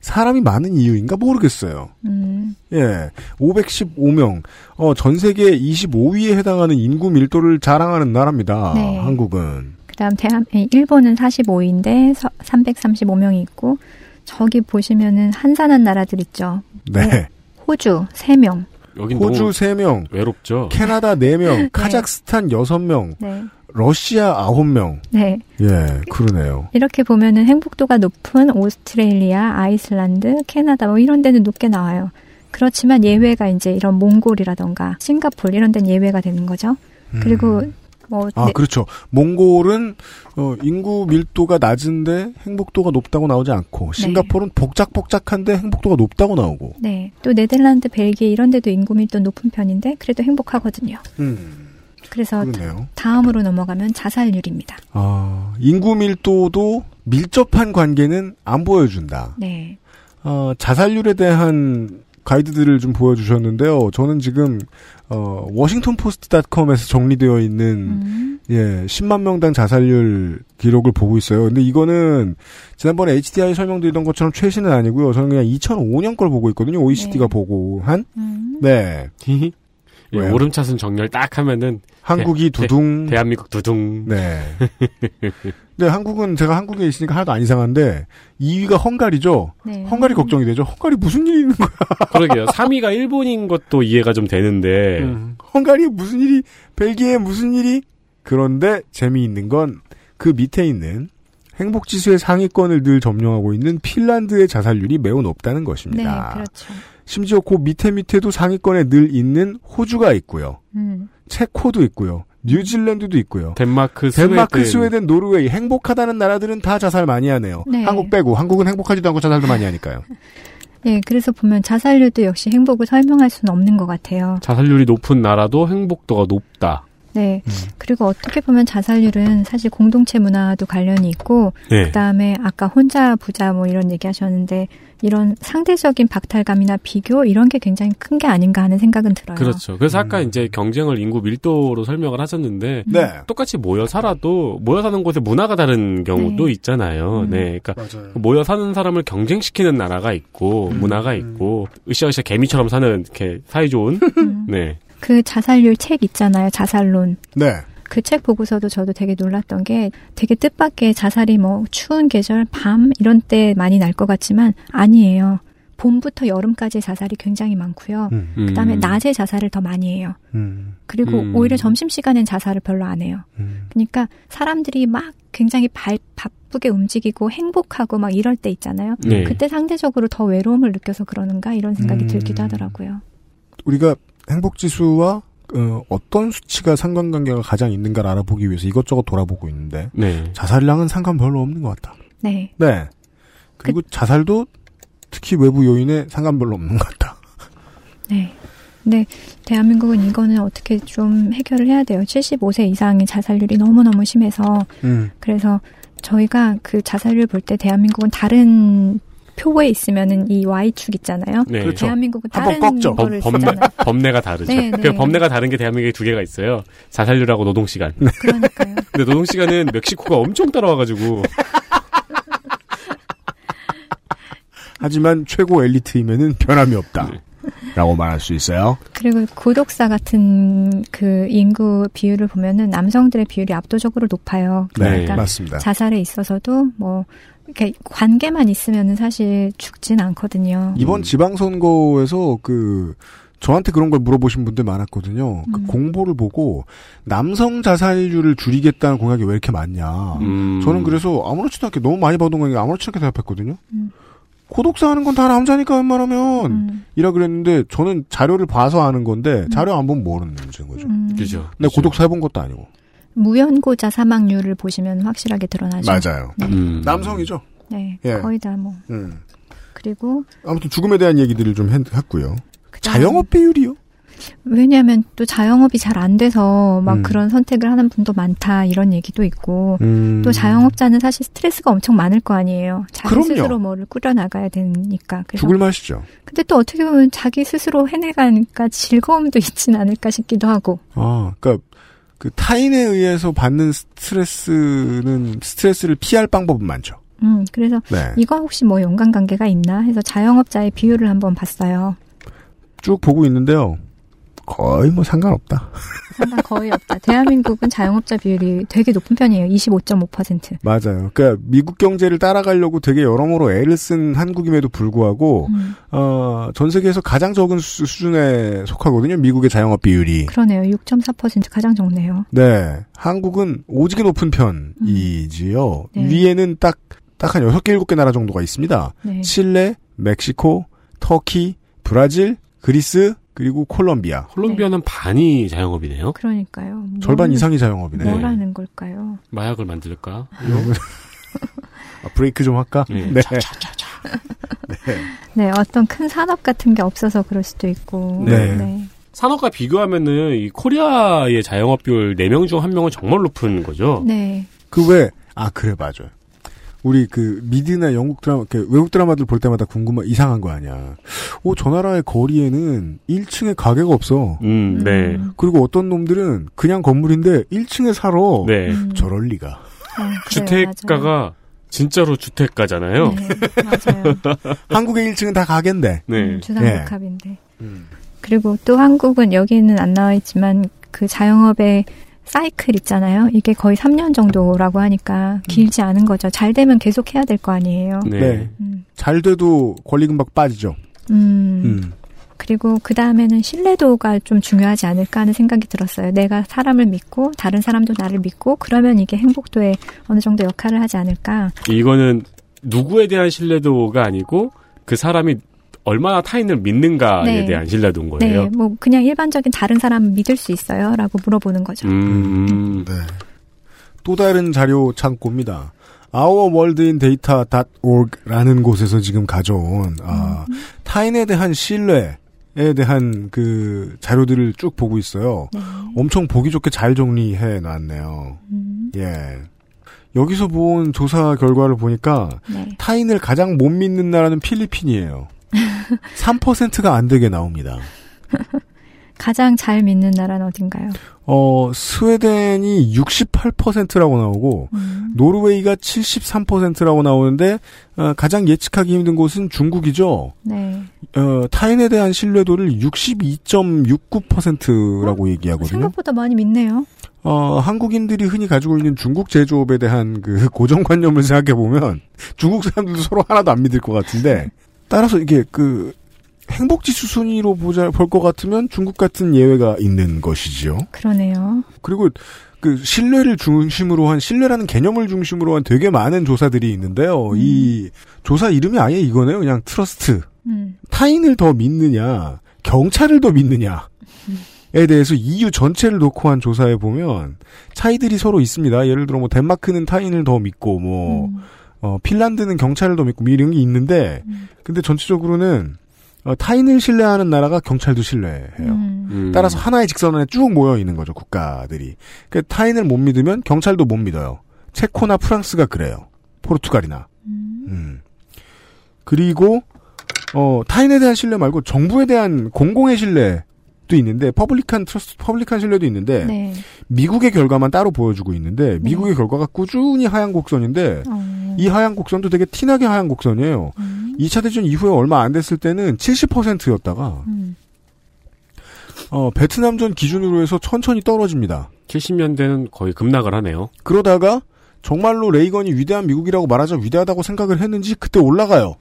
사람이 많은 이유인가 모르겠어요. 음, 예. 515명. 어, 전 세계 25위에 해당하는 인구 밀도를 자랑하는 나라입니다. 네. 한국은. 그다음 대한 에, 일본은 45인데 335명이 있고 저기 보시면은 한산한 나라들 있죠. 네. 호주 3명. 여긴 호주 너무 3명, 외롭죠. 캐나다 4명, 카자흐스탄 6명, 네. 러시아 9명. 네. 예, 그러네요. 이렇게 보면은 행복도가 높은 오스트레일리아, 아이슬란드, 캐나다 뭐 이런 데는 높게 나와요. 그렇지만 예외가 이제 이런 몽골이라던가 싱가폴 이런 데는 예외가 되는 거죠. 그리고 뭐 아, 네, 그렇죠. 몽골은 어, 인구 밀도가 낮은데 행복도가 높다고 나오지 않고 싱가포르는 복작복작한데 행복도가 높다고 나오고. 네. 또 네덜란드, 벨기에 이런 데도 인구 밀도 높은 편인데 그래도 행복하거든요. 음, 그래서 그러네요. 다음으로 넘어가면 자살률입니다. 아, 인구 밀도도 밀접한 관계는 안 보여준다. 네. 어, 자살률에 대한 가이드들을 좀 보여주셨는데요. 저는 지금 어, 워싱턴포스트닷컴에서 정리되어 있는 음, 예, 10만 명당 자살률 기록을 보고 있어요. 근데 이거는 지난번에 HDI 설명드리던 것처럼 최신은 아니고요. 저는 그냥 2005년 걸 보고 있거든요. OECD가 네. 보고 한 음. 네. 이 왜요? 오름차순 정렬 딱 하면은 한국이 두둥 대한민국 두둥. 네. 근데 한국은 제가 한국에 있으니까 하나도 안 이상한데 2위가 헝가리죠. 네. 헝가리 걱정이 되죠. 헝가리 무슨 일이 있는 거야? 그러게요. 3위가 일본인 것도 이해가 좀 되는데. 음. 헝가리에 무슨 일이 벨기에 무슨 일이 그런데 재미있는 건 그 밑에 있는 행복 지수의 상위권을 늘 점령하고 있는 핀란드의 자살률이 매우 높다는 네, 것입니다. 그렇죠. 심지어 그 밑에 밑에도 상위권에 늘 있는 호주가 있고요. 음. 체코도 있고요. 뉴질랜드도 있고요. 덴마크, 스웨덴. 덴마크, 스웨덴, 노르웨이 행복하다는 나라들은 다 자살 많이 하네요. 네. 한국 빼고 한국은 행복하지도 않고 자살도 많이 하니까요. 네, 그래서 보면 자살률도 역시 행복을 설명할 수는 없는 것 같아요. 자살률이 높은 나라도 행복도가 높다. 네. 음. 그리고 어떻게 보면 자살률은 사실 공동체 문화도 관련이 있고, 네. 그 다음에 아까 혼자 부자 뭐 이런 얘기 하셨는데, 이런 상대적인 박탈감이나 비교 이런 게 굉장히 큰 게 아닌가 하는 생각은 들어요. 그렇죠. 그래서 음. 아까 이제 경쟁을 인구 밀도로 설명을 하셨는데 네. 똑같이 모여 살아도 모여 사는 곳의 문화가 다른 경우도 네. 있잖아요. 음. 네. 그러니까 맞아요. 모여 사는 사람을 경쟁시키는 나라가 있고 음. 문화가 있고 으쌰으쌰 개미처럼 사는 이렇게 사이 좋은 음. 네. 그 자살률 책 있잖아요. 자살론. 네. 그 책 보고서도 저도 되게 놀랐던 게 되게 뜻밖의 자살이 뭐 추운 계절 밤 이런 때 많이 날 것 같지만 아니에요. 봄부터 여름까지 자살이 굉장히 많고요. 음, 음. 그다음에 낮에 자살을 더 많이 해요. 음, 그리고 음. 오히려 점심시간엔 자살을 별로 안 해요. 음. 그러니까 사람들이 막 굉장히 발, 바쁘게 움직이고 행복하고 막 이럴 때 있잖아요. 네. 그때 상대적으로 더 외로움을 느껴서 그러는가 이런 생각이 음. 들기도 하더라고요. 우리가 행복지수와 어, 떤 수치가 상관관계가 가장 있는가를 알아보기 위해서 이것저것 돌아보고 있는데 네. 자살량은 상관 별로 없는 것 같다. 네. 네. 그리고 자살도 특히 외부 요인에 상관 별로 없는 것 같다. 네. 근데 대한민국은 이거는 어떻게 좀 해결을 해야 돼요. 75세 이상의 자살률이 너무너무 심해서 음, 그래서 저희가 그 자살률 볼 때 대한민국은 다른 표에 있으면은 이 Y축 있잖아요. 네. 그렇죠. 대한민국은 한번 다른 꺾죠. 범, 거를 범, 쓰잖아요. 범례가 다르죠. 네, 네. 그 범례가 다른 게 대한민국에 두 개가 있어요. 자살률하고 노동시간. 그러니까요. 근데 노동시간은 멕시코가 엄청 따라와가지고. 하지만 최고 엘리트이면은 변함이 없다. 라고 말할 수 있어요. 그리고 고독사 같은 그 인구 비율을 보면은 남성들의 비율이 압도적으로 높아요. 네, 그러니까 맞습니다. 자살에 있어서도 뭐 이렇게 관계만 있으면은 사실 죽진 않거든요. 이번 지방선거에서 그 저한테 그런 걸 물어보신 분들 많았거든요. 그 음. 공보를 보고 남성 자살률을 줄이겠다는 공약이 왜 이렇게 많냐. 음. 저는 그래서 아무렇지도 않게 너무 많이 받은 거니까 아무렇지 않게 대답했거든요. 음. 고독사 하는 건 다 남자니까 웬만하면 음, 이라 그랬는데 저는 자료를 봐서 아는 건데 자료 안 보면 모르는 거죠. 음. 그죠. 근데 그죠. 고독사 해본 것도 아니고. 무연고자 사망률을 보시면 확실하게 드러나죠. 맞아요. 음. 남성이죠. 네, 예. 거의 다 뭐. 음. 그리고 아무튼 죽음에 대한 얘기들을 좀 했- 했고요. 그다음- 자영업 비율이요? 왜냐하면 또 자영업이 잘 안 돼서 막 음. 그런 선택을 하는 분도 많다 이런 얘기도 있고 음. 또 자영업자는 사실 스트레스가 엄청 많을 거 아니에요. 자기 그럼요. 스스로 뭐를 꾸려 나가야 되니까. 그래서 죽을 맛이죠. 근데 또 어떻게 보면 자기 스스로 해내가니까 즐거움도 있진 않을까 싶기도 하고. 아, 그러니까 그 타인에 의해서 받는 스트레스는 스트레스를 피할 방법은 많죠. 음, 그래서 네. 이거 혹시 뭐 연관 관계가 있나 해서 자영업자의 비율을 한번 봤어요. 쭉 보고 있는데요. 거의 뭐 상관없다. 상당 거의 없다. 대한민국은 자영업자 비율이 되게 높은 편이에요. 25.5%. 맞아요. 그러니까 미국 경제를 따라가려고 되게 여러모로 애를 쓴 한국임에도 불구하고 음, 어, 전 세계에서 가장 적은 수, 수준에 속하거든요. 미국의 자영업 비율이. 그러네요. 6.4% 가장 적네요. 네. 한국은 오지게 높은 편이지요. 네. 위에는 딱, 딱 한 6개, 7개 나라 정도가 있습니다. 네. 칠레, 멕시코, 터키, 브라질, 그리스, 그리고 콜롬비아. 콜롬비아는 네. 반이 자영업이네요. 그러니까요. 뭘- 절반 이상이 자영업이네. 네. 뭐라- 음. 뭐라는 걸까요? 마약을 만들까? 아, 브레이크 좀 할까? 네. 네, 어떤 큰 산업 같은 게 없어서 그럴 수도 있고. 네. 산업과 비교하면은 이 코리아의 자영업 비율 4명 중 1명은 정말 높은 거죠. 네. 그 왜, 아, 그래, 맞아요. 우리 그 미드나 영국 드라마, 이렇게 외국 드라마들 볼 때마다 궁금한 이상한 거 아니야. 오, 저 나라의 거리에는 1층에 가게가 없어. 음, 네. 음, 그리고 어떤 놈들은 그냥 건물인데 1층에 살아. 네. 음. 저럴 리가. 아, 그래요. 맞아요. 주택가가 진짜로 주택가잖아요. 네, 맞아요. 한국의 1층은 다 가게인데. 네. 음, 주상복합인데. 그리고 또 한국은 여기는 안 나와 있지만 그 자영업의 사이클 있잖아요. 이게 거의 3년 정도라고 하니까 길지 않은 거죠. 잘 되면 계속 해야 될 거 아니에요. 네. 네. 음. 잘 돼도 권리금 박 빠지죠. 음. 음. 그리고 그 다음에는 신뢰도가 좀 중요하지 않을까 하는 생각이 들었어요. 내가 사람을 믿고 다른 사람도 나를 믿고 그러면 이게 행복도에 어느 정도 역할을 하지 않을까. 이거는 누구에 대한 신뢰도가 아니고 그 사람이 얼마나 타인을 믿는가에 네. 대한 신뢰도인 네, 거예요. 뭐 그냥 일반적인 다른 사람 믿을 수 있어요?라고 물어보는 거죠. 음, 네. 또 다른 자료 창고입니다. ourworldindata.org라는 곳에서 지금 가져온 아, 타인에 대한 신뢰에 대한 그 자료들을 쭉 보고 있어요. 엄청 보기 좋게 잘 정리해 놨네요. 음, 예. 여기서 본 조사 결과를 보니까 네. 타인을 가장 못 믿는 나라는 필리핀이에요. 3%가 안 되게 나옵니다. 가장 잘 믿는 나라는 어딘가요? 어, 스웨덴이 68%라고 나오고, 음, 노르웨이가 73%라고 나오는데, 어, 가장 예측하기 힘든 곳은 중국이죠. 네. 어, 타인에 대한 신뢰도를 62.69%라고 얘기하거든요. 생각보다 많이 믿네요. 어, 한국인들이 흔히 가지고 있는 중국 제조업에 대한 그 고정관념을 생각해 보면 중국 사람들도 서로 하나도 안 믿을 것 같은데 따라서 이게 그 행복지수 순위로 보자 볼 것 같으면 중국 같은 예외가 있는 것이지요. 그러네요. 그리고 그 신뢰를 중심으로 한 신뢰라는 개념을 중심으로 한 되게 많은 조사들이 있는데요. 이 조사 이름이 아예 이거네요. 그냥 트러스트. 음. 타인을 더 믿느냐, 경찰을 더 믿느냐에 대해서 EU 전체를 놓고 한 조사에 보면 차이들이 서로 있습니다. 예를 들어 뭐 덴마크는 타인을 더 믿고 뭐 음. 어, 핀란드는 경찰을 더 믿고 뭐 이런 게 있는데 음. 근데 전체적으로는 어, 타인을 신뢰하는 나라가 경찰도 신뢰해요. 음. 음. 따라서 하나의 직선 안에 쭉 모여 있는 거죠 국가들이. 그 타인을 못 믿으면 경찰도 못 믿어요. 체코나 프랑스가 그래요. 포르투갈이나. 음. 음. 그리고 어, 타인에 대한 신뢰 말고 정부에 대한 공공의 신뢰도 있는데 퍼블릭한 트러스트, 퍼블릭한 신뢰도 있는데 네. 미국의 결과만 따로 보여주고 있는데 미국의 결과가 꾸준히 하향 곡선인데 어. 이 하향 곡선도 되게 티나게 하향 곡선이에요. 음. 2차 대전 이후에 얼마 안 됐을 때는 70%였다가 음. 어, 베트남전 기준으로 해서 천천히 떨어집니다. 70년대는 거의 급락을 하네요. 어. 그러다가 정말로 레이건이 위대한 미국이라고 말하자 위대하다고 생각을 했는지 그때 올라가요.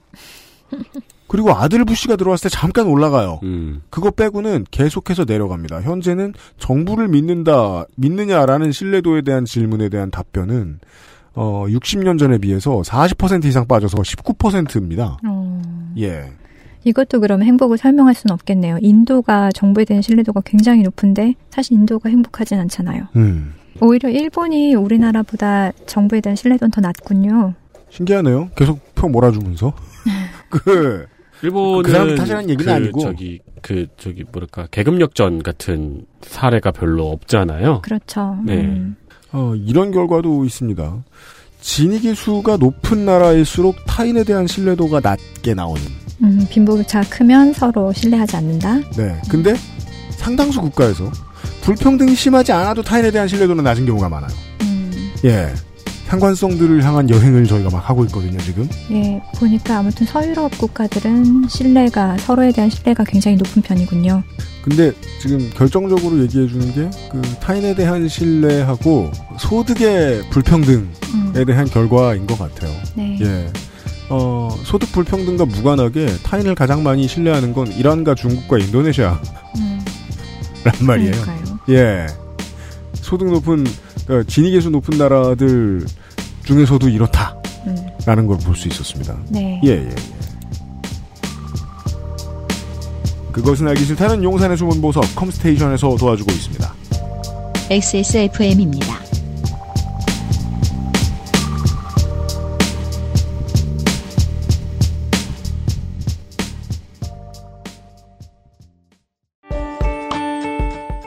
그리고 아들 부시가 들어왔을 때 잠깐 올라가요. 음. 그거 빼고는 계속해서 내려갑니다. 현재는 정부를 믿는다, 믿느냐라는 신뢰도에 대한 질문에 대한 답변은 어, 60년 전에 비해서 40% 이상 빠져서 19%입니다. 어. 예. 이것도 그럼 행복을 설명할 수는 없겠네요. 인도가 정부에 대한 신뢰도가 굉장히 높은데 사실 인도가 행복하진 않잖아요. 음. 오히려 일본이 우리나라보다 정부에 대한 신뢰도는 더 낮군요. 신기하네요. 계속 표 몰아주면서. 그, 일본은 그 사람 탓이라는 얘기는 그 아니고. 저기 그 저기 뭐랄까 계급력전 같은 사례가 별로 없잖아요. 그렇죠. 네. 음. 어, 이런 결과도 있습니다. 진위기수가 높은 나라일수록 타인에 대한 신뢰도가 낮게 나오는. 음, 빈부격차가 크면 서로 신뢰하지 않는다. 네. 근데 상당수 국가에서 불평등이 심하지 않아도 타인에 대한 신뢰도는 낮은 경우가 많아요. 음, 예. 상관성들을 향한 여행을 저희가 막 하고 있거든요, 지금. 예, 보니까 아무튼 서유럽 국가들은 신뢰가 서로에 대한 신뢰가 굉장히 높은 편이군요. 근데 지금 결정적으로 얘기해 주는 게 그 타인에 대한 신뢰하고 소득의 불평등에 음, 대한 결과인 것 같아요. 네. 네. 예. 어, 소득 불평등과 무관하게 타인을 가장 많이 신뢰하는 건 이란과 중국과 인도네시아란 음, 말이에요. 그러니까요. 예. 소득 높은, 그러니까 진위계수 높은 나라들 중에서도 이렇다라는 음, 걸 볼 수 있었습니다. 네. 예, 예. 그것은 알기 싫다는 용산의 숨은 보석 컴스테이션에서 도와주고 있습니다. XSFM입니다.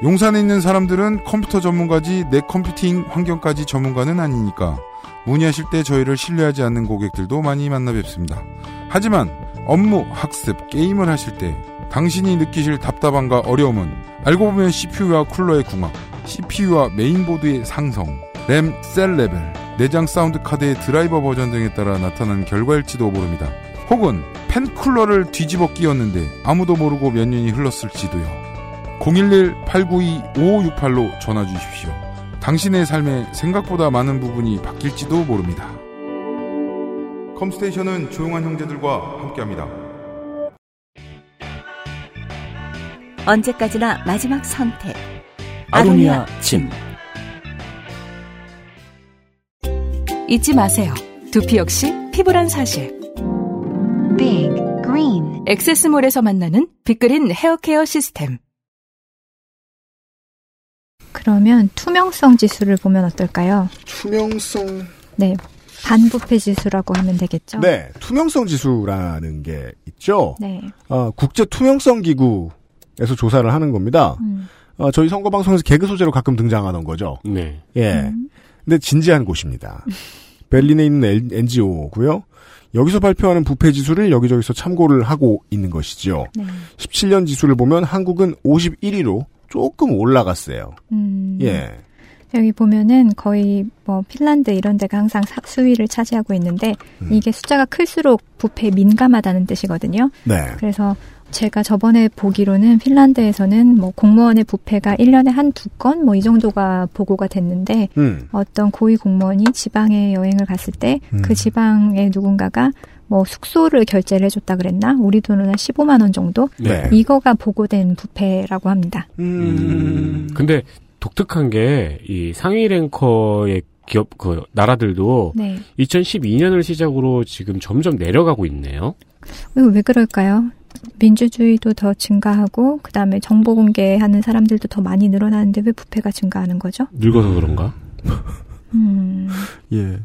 용산에 있는 사람들은 컴퓨터 전문가지 내 컴퓨팅 환경까지 전문가는 아니니까 문의하실 때 저희를 신뢰하지 않는 고객들도 많이 만나 뵙습니다. 하지만 업무, 학습, 게임을 하실 때 당신이 느끼실 답답함과 어려움은 알고 보면 CPU와 쿨러의 궁합, CPU와 메인보드의 상성, 램, 셀 레벨, 내장 사운드 카드의 드라이버 버전 등에 따라 나타난 결과일지도 모릅니다. 혹은 펜 쿨러를 뒤집어 끼웠는데 아무도 모르고 몇 년이 흘렀을지도요. 011-892-5568로 전화 주십시오. 당신의 삶에 생각보다 많은 부분이 바뀔지도 모릅니다. 컴스테이션은 조용한 형제들과 함께합니다. 언제까지나 마지막 선택. 아로니아 침 잊지 마세요. 두피 역시 피부란 사실. Big Green 엑세스몰에서 만나는 빅그린 헤어케어 시스템. 그러면 투명성 지수를 보면 어떨까요? 투명성. 네. 반부패 지수라고 하면 되겠죠? 네, 투명성 지수라는 게 있죠. 네. 아, 국제 투명성 기구에서 조사를 하는 겁니다. 음, 아, 저희 선거 방송에서 개그 소재로 가끔 등장하던 거죠. 네. 예. 음, 근데 진지한 곳입니다. 베를린에 있는 NGO고요. 여기서 발표하는 부패 지수를 여기저기서 참고를 하고 있는 것이죠. 네. 17년 지수를 보면 한국은 51위로 조금 올라갔어요. 음, 예. 여기 보면은 거의 뭐 핀란드 이런 데가 항상 사- 수위를 차지하고 있는데 음. 이게 숫자가 클수록 부패에 민감하다는 뜻이거든요. 네. 그래서 제가 저번에 보기로는 핀란드에서는 뭐 공무원의 부패가 1년에 한 두 건 뭐 이 정도가 보고가 됐는데 음. 어떤 고위 공무원이 지방에 여행을 갔을 때 그 음. 지방의 누군가가 뭐 숙소를 결제를 해줬다 그랬나? 우리 돈으로 한 15만 원 정도? 네. 이거가 보고된 부패라고 합니다. 음. 근데 독특한 게 이 상위 랭커의 기업 그 나라들도 네. 2012년을 시작으로 지금 점점 내려가고 있네요. 이거 왜 그럴까요? 민주주의도 더 증가하고 그다음에 정보 공개하는 사람들도 더 많이 늘어나는데 왜 부패가 증가하는 거죠? 늙어서 그런가? 음, 예.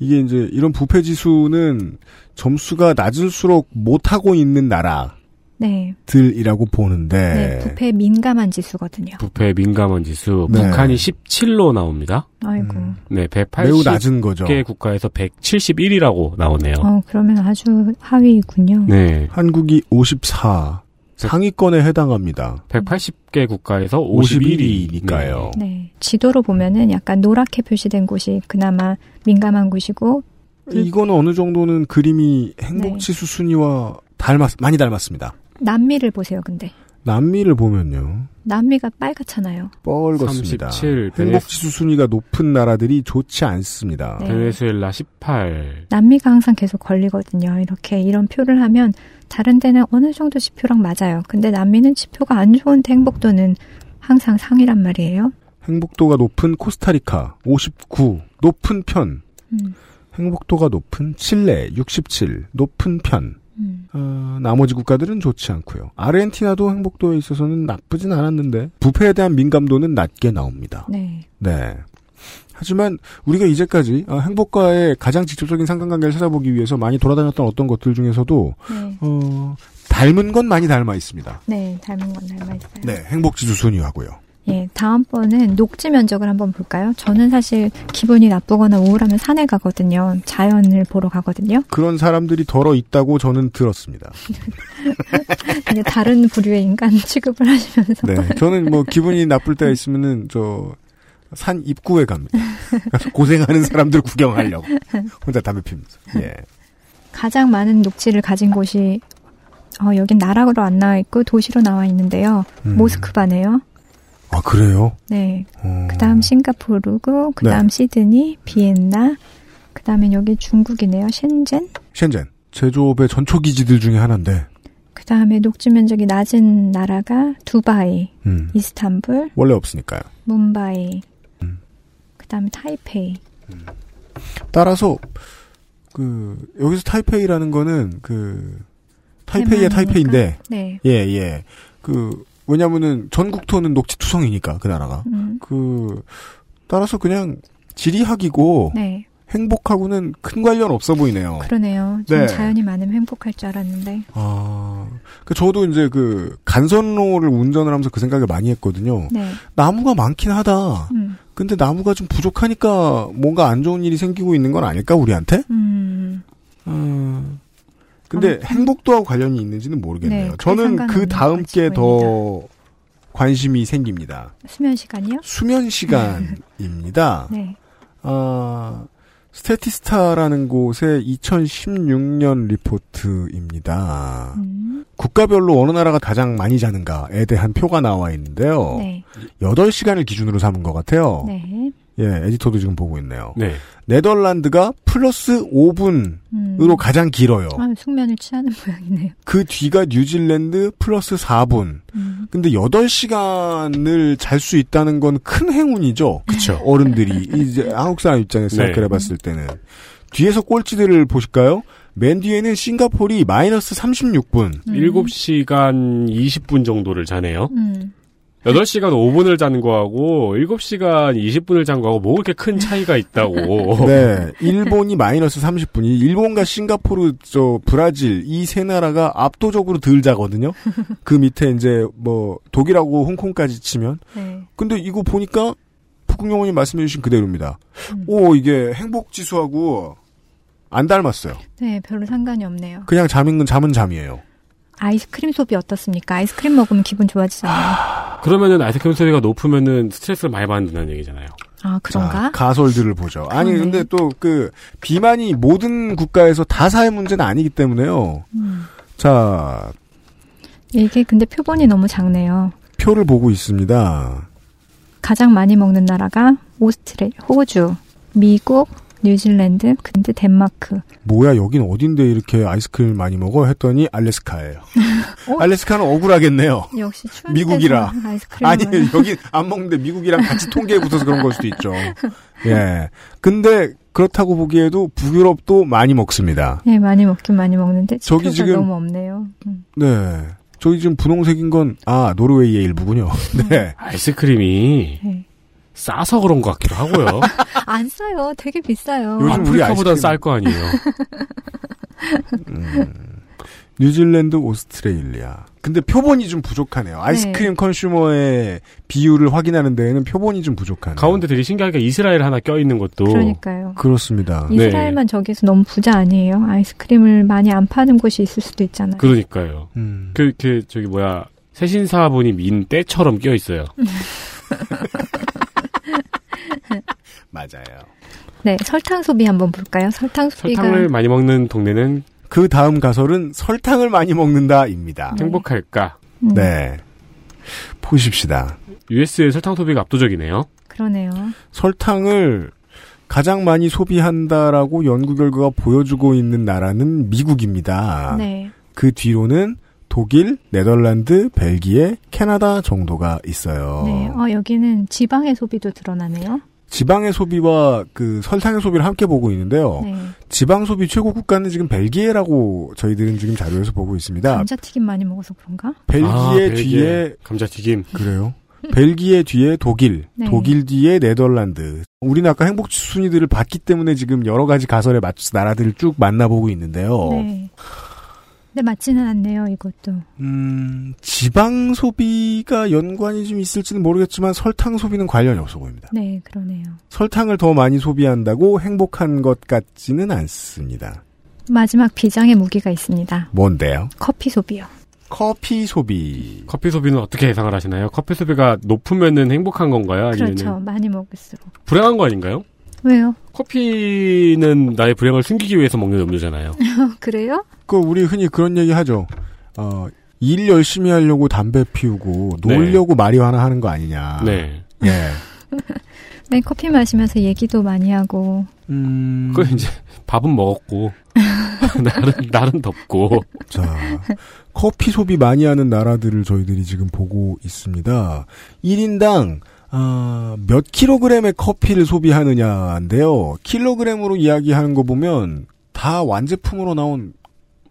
이게 이제 이런 부패 지수는 점수가 낮을수록 못하고 있는 네, 나라들이라고 보는데. 네, 부패 민감한 지수거든요. 부패 민감한 지수 네. 북한이 17로 나옵니다. 아이고, 음. 네, 매우 180개 낮은 거죠. 국가에서 171이라고 나오네요. 어 그러면 아주 하위이군요. 네, 한국이 54 상위권에 해당합니다. 180개 국가에서 51위. 51위니까요. 네, 지도로 보면은 약간 노랗게 표시된 곳이 그나마 민감한 곳이고, 네. 이건 어느 정도는 그림이 행복지수 순위와 닮았 많이 닮았습니다. 남미를 보세요, 근데. 남미를 보면요. 남미가 빨갛잖아요. 뻘겋습니다. 37, 행복지수 순위가 높은 나라들이 좋지 않습니다. 네. 베네수엘라 18. 남미가 항상 계속 걸리거든요. 이렇게 이런 표를 하면 다른 데는 어느 정도 지표랑 맞아요. 근데 남미는 지표가 안 좋은데 행복도는 항상 상이란 말이에요. 행복도가 높은 코스타리카 59 높은 편 음, 행복도가 높은 칠레 67 높은 편 음. 어, 나머지 국가들은 좋지 않고요. 아르헨티나도 행복도에 있어서는 나쁘진 않았는데 부패에 대한 민감도는 낮게 나옵니다. 네. 네. 하지만 우리가 이제까지 아, 행복과의 가장 직접적인 상관관계를 찾아보기 위해서 많이 돌아다녔던 어떤 것들 중에서도 네. 어, 닮은 건 많이 닮아 있습니다. 네, 닮은 건 닮아 있어요. 네, 행복지수 순위하고요. 예, 다음번은 녹지 면적을 한번 볼까요? 저는 사실 기분이 나쁘거나 우울하면 산에 가거든요. 자연을 보러 가거든요. 그런 사람들이 덜어 있다고 저는 들었습니다. 근데 다른 부류의 인간 취급을 하시면서 네, 저는 뭐 기분이 나쁠 때가 있으면은 저 산 입구에 갑니다. 가서 고생하는 사람들 구경하려고 혼자 담배 피면서. 예. 가장 많은 녹지를 가진 곳이 어, 여긴 나락으로 안 나와 있고 도시로 나와 있는데요. 음. 모스크바네요. 아 그래요? 네. 어. 네. 그다음 싱가포르고 그다음 시드니, 비엔나. 그다음에 여기 중국이네요. shenzhen 셴젠 제조업의 전초 기지들 중에 하나인데. 그다음에 녹지 면적이 낮은 나라가 두바이, 음. 이스탄불, 원래 없으니까요. 뭄바이. 음. 그다음에 타이페이. 따라서 그 여기서 타이페이라는 거는 그 타이페이의 대만이니까. 타이페이인데 네. 예 예. 그 왜냐면은 전국토는 녹지투성이니까 그 나라가 음. 그 따라서 그냥 지리학이고 네. 행복하고는 큰 관련 없어 보이네요. 그러네요. 좀 네. 자연이 많으면 행복할 줄 알았는데. 아, 그 저도 이제 그 간선로를 운전을 하면서 그 생각을 많이 했거든요. 네. 나무가 많긴 하다. 음. 근데 나무가 좀 부족하니까 뭔가 안 좋은 일이 생기고 있는 건 아닐까 우리한테? 음. 음. 근데 행복도하고 관련이 있는지는 모르겠네요. 네, 그 저는 상관은 그 다음 없을 게 더 관심이 생깁니다. 수면 시간이요? 수면 시간입니다. 네. 아, 스태티스타라는 곳의 2016년 리포트입니다. 음. 국가별로 어느 나라가 가장 많이 자는가에 대한 표가 나와 있는데요. 네. 8시간을 기준으로 삼은 것 같아요. 네. 예, 에디터도 지금 보고 있네요. 네. 네덜란드가 플러스 5분으로 음. 가장 길어요. 아, 숙면을 취하는 모양이네요. 그 뒤가 뉴질랜드 플러스 4분. 음. 근데 8시간을 잘 수 있다는 건 큰 행운이죠. 그쵸. 어른들이 이제 한국 사람 입장에서 네. 생각해 봤을 때는 뒤에서 꼴찌들을 보실까요? 맨 뒤에는 싱가폴이 마이너스 36분. 음. 7시간 20분 정도를 자네요. 음. 8시간 5분을 잔 거하고 7시간 20분을 잔 거하고 뭐 그렇게 큰 차이가 있다고. 네, 일본이 마이너스 30분. 이 일본과 싱가포르, 저 브라질 이 세 나라가 압도적으로 덜 자거든요. 그 밑에 이제 뭐 독일하고 홍콩까지 치면. 네. 근데 이거 보니까 북극영원님 말씀해주신 그대로입니다. 음. 오 이게 행복 지수하고 안 닮았어요. 네, 별로 상관이 없네요. 그냥 잠인 건 잠은 잠이에요. 아이스크림 소비 어떻습니까? 아이스크림 먹으면 기분 좋아지잖아요. 그러면은 아이스크림 소비가 높으면은 스트레스를 많이 받는다는 얘기잖아요. 아, 자, 그런가? 가설들을 보죠. 아니 그러네. 근데 또 그 비만이 모든 국가에서 다 사회 문제는 아니기 때문에요. 음. 자, 이게 근데 표본이 너무 작네요. 표를 보고 있습니다. 가장 많이 먹는 나라가 오스트레, 호주, 미국, 뉴질랜드, 근데 덴마크. 뭐야 여긴 어딘데 이렇게 아이스크림 많이 먹어 했더니 알래스카예요. 어? 알래스카는 억울하겠네요. 역시 추운 미국이라. 때는 아이스크림 아니 먹어요. 여기 안 먹는데 미국이랑 같이 통계에 붙어서 그런 걸 수도 있죠. 예. 근데 그렇다고 보기에도 북유럽도 많이 먹습니다. 예, 많이 먹긴 많이 먹는데 저기 지표가 지금- 너무 없네요. 음. 네. 저기 지금 분홍색인 건 아 노르웨이의 일부군요. 네. 아이스크림이 네. 싸서 그런 것 같기도 하고요. 안 싸요. 되게 비싸요. 요즘 우리 어, 아이스크림- 아프리카보단 네. 쌀 거 아니에요. 음. 뉴질랜드, 오스트레일리아. 근데 표본이 좀 부족하네요. 아이스크림 컨슈머의 비율을 확인하는 데에는 표본이 좀 부족하네요. 가운데 되게 신기하게 이스라엘 하나 껴있는 것도 그러니까요. 그렇습니다. 네. 이스라엘만 저기에서 너무 부자 아니에요. 아이스크림을 많이 안 파는 곳이 있을 수도 있잖아요. 그러니까요. 음. 그, 그, 저기 뭐야. 세신사분이 민 때처럼 껴있어요. 음, 맞아요. 네, 설탕 소비 한번 볼까요? 설탕 소비가 설탕을 많이 먹는 동네는 그 다음 가설은 설탕을 많이 먹는다입니다. 네. 행복할까? 음, 네. 보십시다. US의 설탕 아, 소비가 압도적이네요. 그러네요. 설탕을 가장 많이 소비한다라고 연구 결과가 보여주고 있는 나라는 아, 미국입니다. 네. 그 뒤로는 독일, 네덜란드, 벨기에, 캐나다 정도가 있어요. 네. 어, 여기는 지방의 소비도 드러나네요. 지방의 소비와 그 설탕의 소비를 함께 보고 어. 있는데요. 네. 지방 소비 최고 국가는 지금 벨기에라고 저희들은 지금 자료에서 보고 있습니다. 감자튀김 많이 먹어서 그런가? 벨기에, 아, 뒤에 감자튀김. 그래요? 벨기에 뒤에 독일, 네. 독일 뒤에 네덜란드. 우리는 아까 행복 순위들을 봤기 때문에 지금 여러 가지 가설에 맞춰서 나라들을 쭉 만나보고 어. 있는데요. 네. 근데 맞지는 않네요, 이것도. 음, 지방 소비가 연관이 좀 있을지는 모르겠지만 설탕 소비는 관련이 없어 보입니다. 네, 그러네요. 설탕을 더 많이 소비한다고 행복한 것 같지는 않습니다. 마지막 비장의 무기가 있습니다. 뭔데요? 커피 소비요. 커피 소비. 커피 소비는 어떻게 예상을 하시나요? 커피 소비가 높으면은 행복한 건가요? 아니면 예, 네. 그렇죠. 많이 먹을수록. 불행한 거 아닌가요? 왜요? 커피는 나의 불행을 숨기기 위해서 먹는 음료잖아요. 어, 그래요? 그 우리 흔히 그런 얘기 하죠. 어, 일 열심히 하려고 담배 피우고 네. 놀려고 마리화나 하는 거 아니냐. 네. 예. 네, 커피 마시면서 얘기도 많이 하고. 음. 그 이제 밥은 먹었고 날은 날은 덥고 자, 커피 소비 많이 하는 나라들을 저희들이 지금 보고 있습니다. 1인당 아, 몇 킬로그램의 커피를 소비하느냐인데요. 킬로그램으로 이야기하는 거 보면 다 완제품으로 나온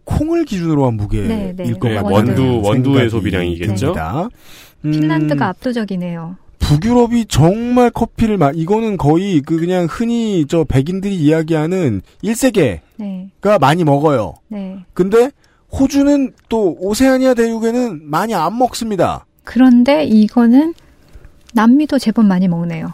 콩을 기준으로 한 무게일 네, 네. 것 네, 같아요. 원두, 원두의 소비량이겠죠? 음. 핀란드가 압도적이네요. 음, 북유럽이 정말 커피를 마 이거는 거의 그 그냥 흔히 저 백인들이 이야기하는 1세계가 네, 많이 먹어요. 네. 근데 호주는 또 오세아니아 대륙에는 많이 안 먹습니다. 그런데 이거는 남미도 제법 많이 먹네요.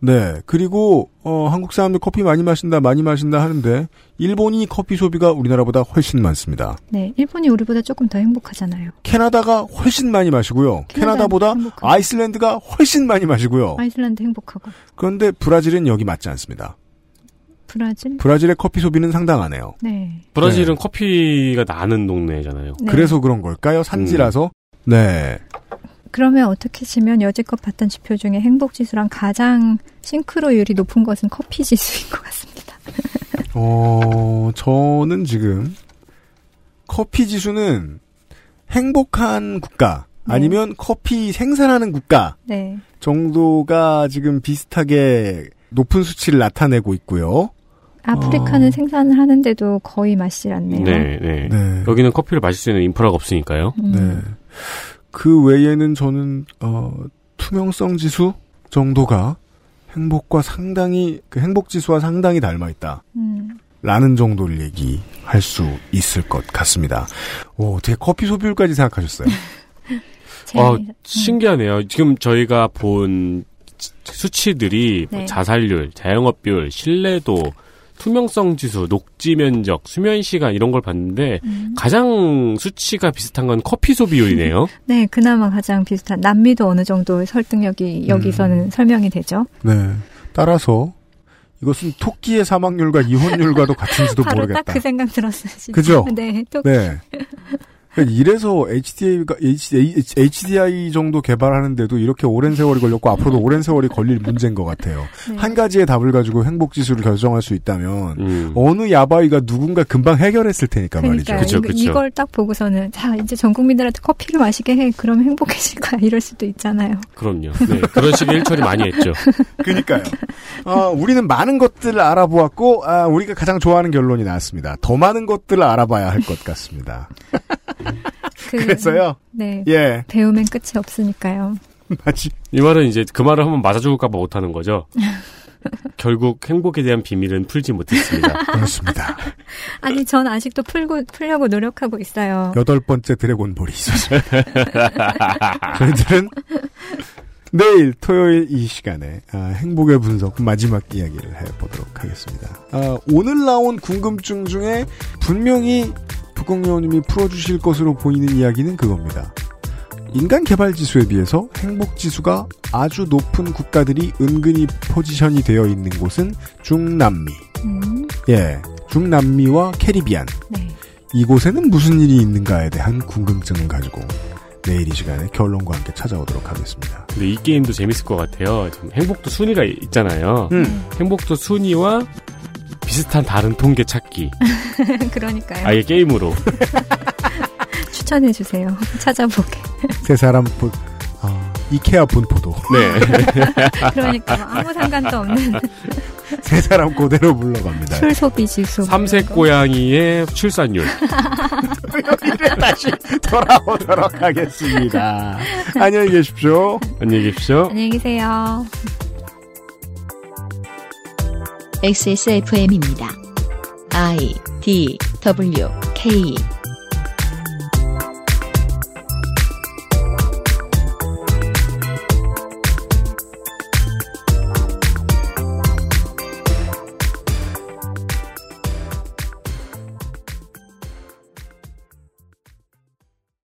네. 그리고 어, 한국 사람들 커피 많이 마신다, 많이 마신다 하는데 일본이 커피 소비가 우리나라보다 훨씬 많습니다. 네, 일본이 우리보다 조금 더 행복하잖아요. 캐나다가 훨씬 많이 마시고요. 캐나다는 캐나다보다 행복하죠. 아이슬란드가 훨씬 많이 마시고요. 아이슬란드 행복하고 그런데 브라질은 여기 맞지 않습니다. 브라질. 브라질의 커피 소비는 상당하네요. 네. 브라질은 커피가 나는 동네잖아요. 네. 그래서 그런 걸까요? 산지라서. 네. 그러면 어떻게 치면 여지껏 봤던 지표 중에 행복 지수랑 가장 싱크로율이 높은 것은 커피 지수인 것 같습니다. 어, 저는 지금 커피 지수는 행복한 국가 네. 아니면 커피 생산하는 국가 네. 정도가 지금 비슷하게 높은 수치를 나타내고 있고요. 아프리카는 어. 생산을 하는데도 거의 마시질 않네요. 네, 네. 네. 여기는 커피를 마실 수 있는 인프라가 없으니까요. 음, 네. 그 외에는 저는 어, 투명성 지수 정도가 행복과 상당히 그 행복 지수와 상당히 닮아 있다. 음. 라는 정도를 얘기할 수 있을 것 같습니다. 오, 어떻게 커피 소비율까지 생각하셨어요? 제일- 아, 신기하네요. 지금 저희가 본 지- 수치들이 네. 자살률, 자영업비율, 신뢰도, 투명성 지수, 녹지 면적, 수면 시간 이런 걸 봤는데 음. 가장 수치가 비슷한 건 커피 소비율이네요. 네, 그나마 가장 비슷한 남미도 어느 정도 설득력이 음. 여기서는 설명이 되죠. 네. 따라서 이것은 토끼의 사망률과 이혼율과도 같은지도 바로 그 모르겠다. 딱 그 생각 들었어요. 진짜. 그죠? 네, 또 네. 그러니까 이래서 HDI가 HDI 정도 개발하는데도 이렇게 오랜 세월이 걸렸고 앞으로도 오랜 세월이 걸릴 문제인 것 같아요. 네. 한 가지의 답을 가지고 행복 지수를 결정할 수 있다면 음. 어느 야바이가 누군가 금방 해결했을 테니까 말이죠. 그러니까 그쵸, 이거- 그쵸. 이걸 딱 보고서는 자 이제 전 국민들한테 커피를 마시게 해 그러면 행복해질 거야 이럴 수도 있잖아요. 그럼요. 네, 그런 식의 일처리 많이 했죠. 그니까요. 어, 우리는 많은 것들을 알아보았고, 아, 우리가 가장 좋아하는 결론이 나왔습니다. 더 많은 것들을 알아봐야 할 것 같습니다. 그, 그래서요, 네 예, 배우면 끝이 없으니까요. 마치, 이 말은 이제 그 말을 한번 맞아 죽을까봐 못하는 거죠. 결국 행복에 대한 비밀은 풀지 못했습니다. 그렇습니다. 아니 전 아직도 풀고 풀려고 노력하고 있어요. 여덟 번째 드래곤볼이 있었습니다. 저희들은 내일 토요일 이 시간에 아, 행복의 분석 마지막 이야기를 해보도록 하겠습니다. 아, 오늘 나온 궁금증 중에 분명히 북극여우님이 풀어주실 것으로 보이는 이야기는 그겁니다. 인간 개발 지수에 비해서 행복 지수가 아주 높은 국가들이 은근히 포지션이 되어 있는 곳은 중남미. 음, 예. 중남미와 캐리비안. 네. 이곳에는 무슨 일이 있는가에 대한 궁금증을 가지고 내일 이 시간에 결론과 함께 찾아오도록 하겠습니다. 근데 이 게임도 재밌을 것 같아요. 지금 행복도 순위가 있잖아요. 행복도 순위와 비슷한 다른 통계 찾기. 그러니까요. 아예 게임으로. 추천해 주세요. 찾아보게. 세 사람 보, 아, 이케아 분포도 네. 그러니까 뭐 아무 상관도 없는 세 사람 그대로 물러갑니다. 술 소비 지수. 삼색 고양이의 출산율. 다시 돌아오도록 하겠습니다. 안녕히 계십시오. 안녕히 계십시오. 안녕히 계세요. XSFM입니다. I D W K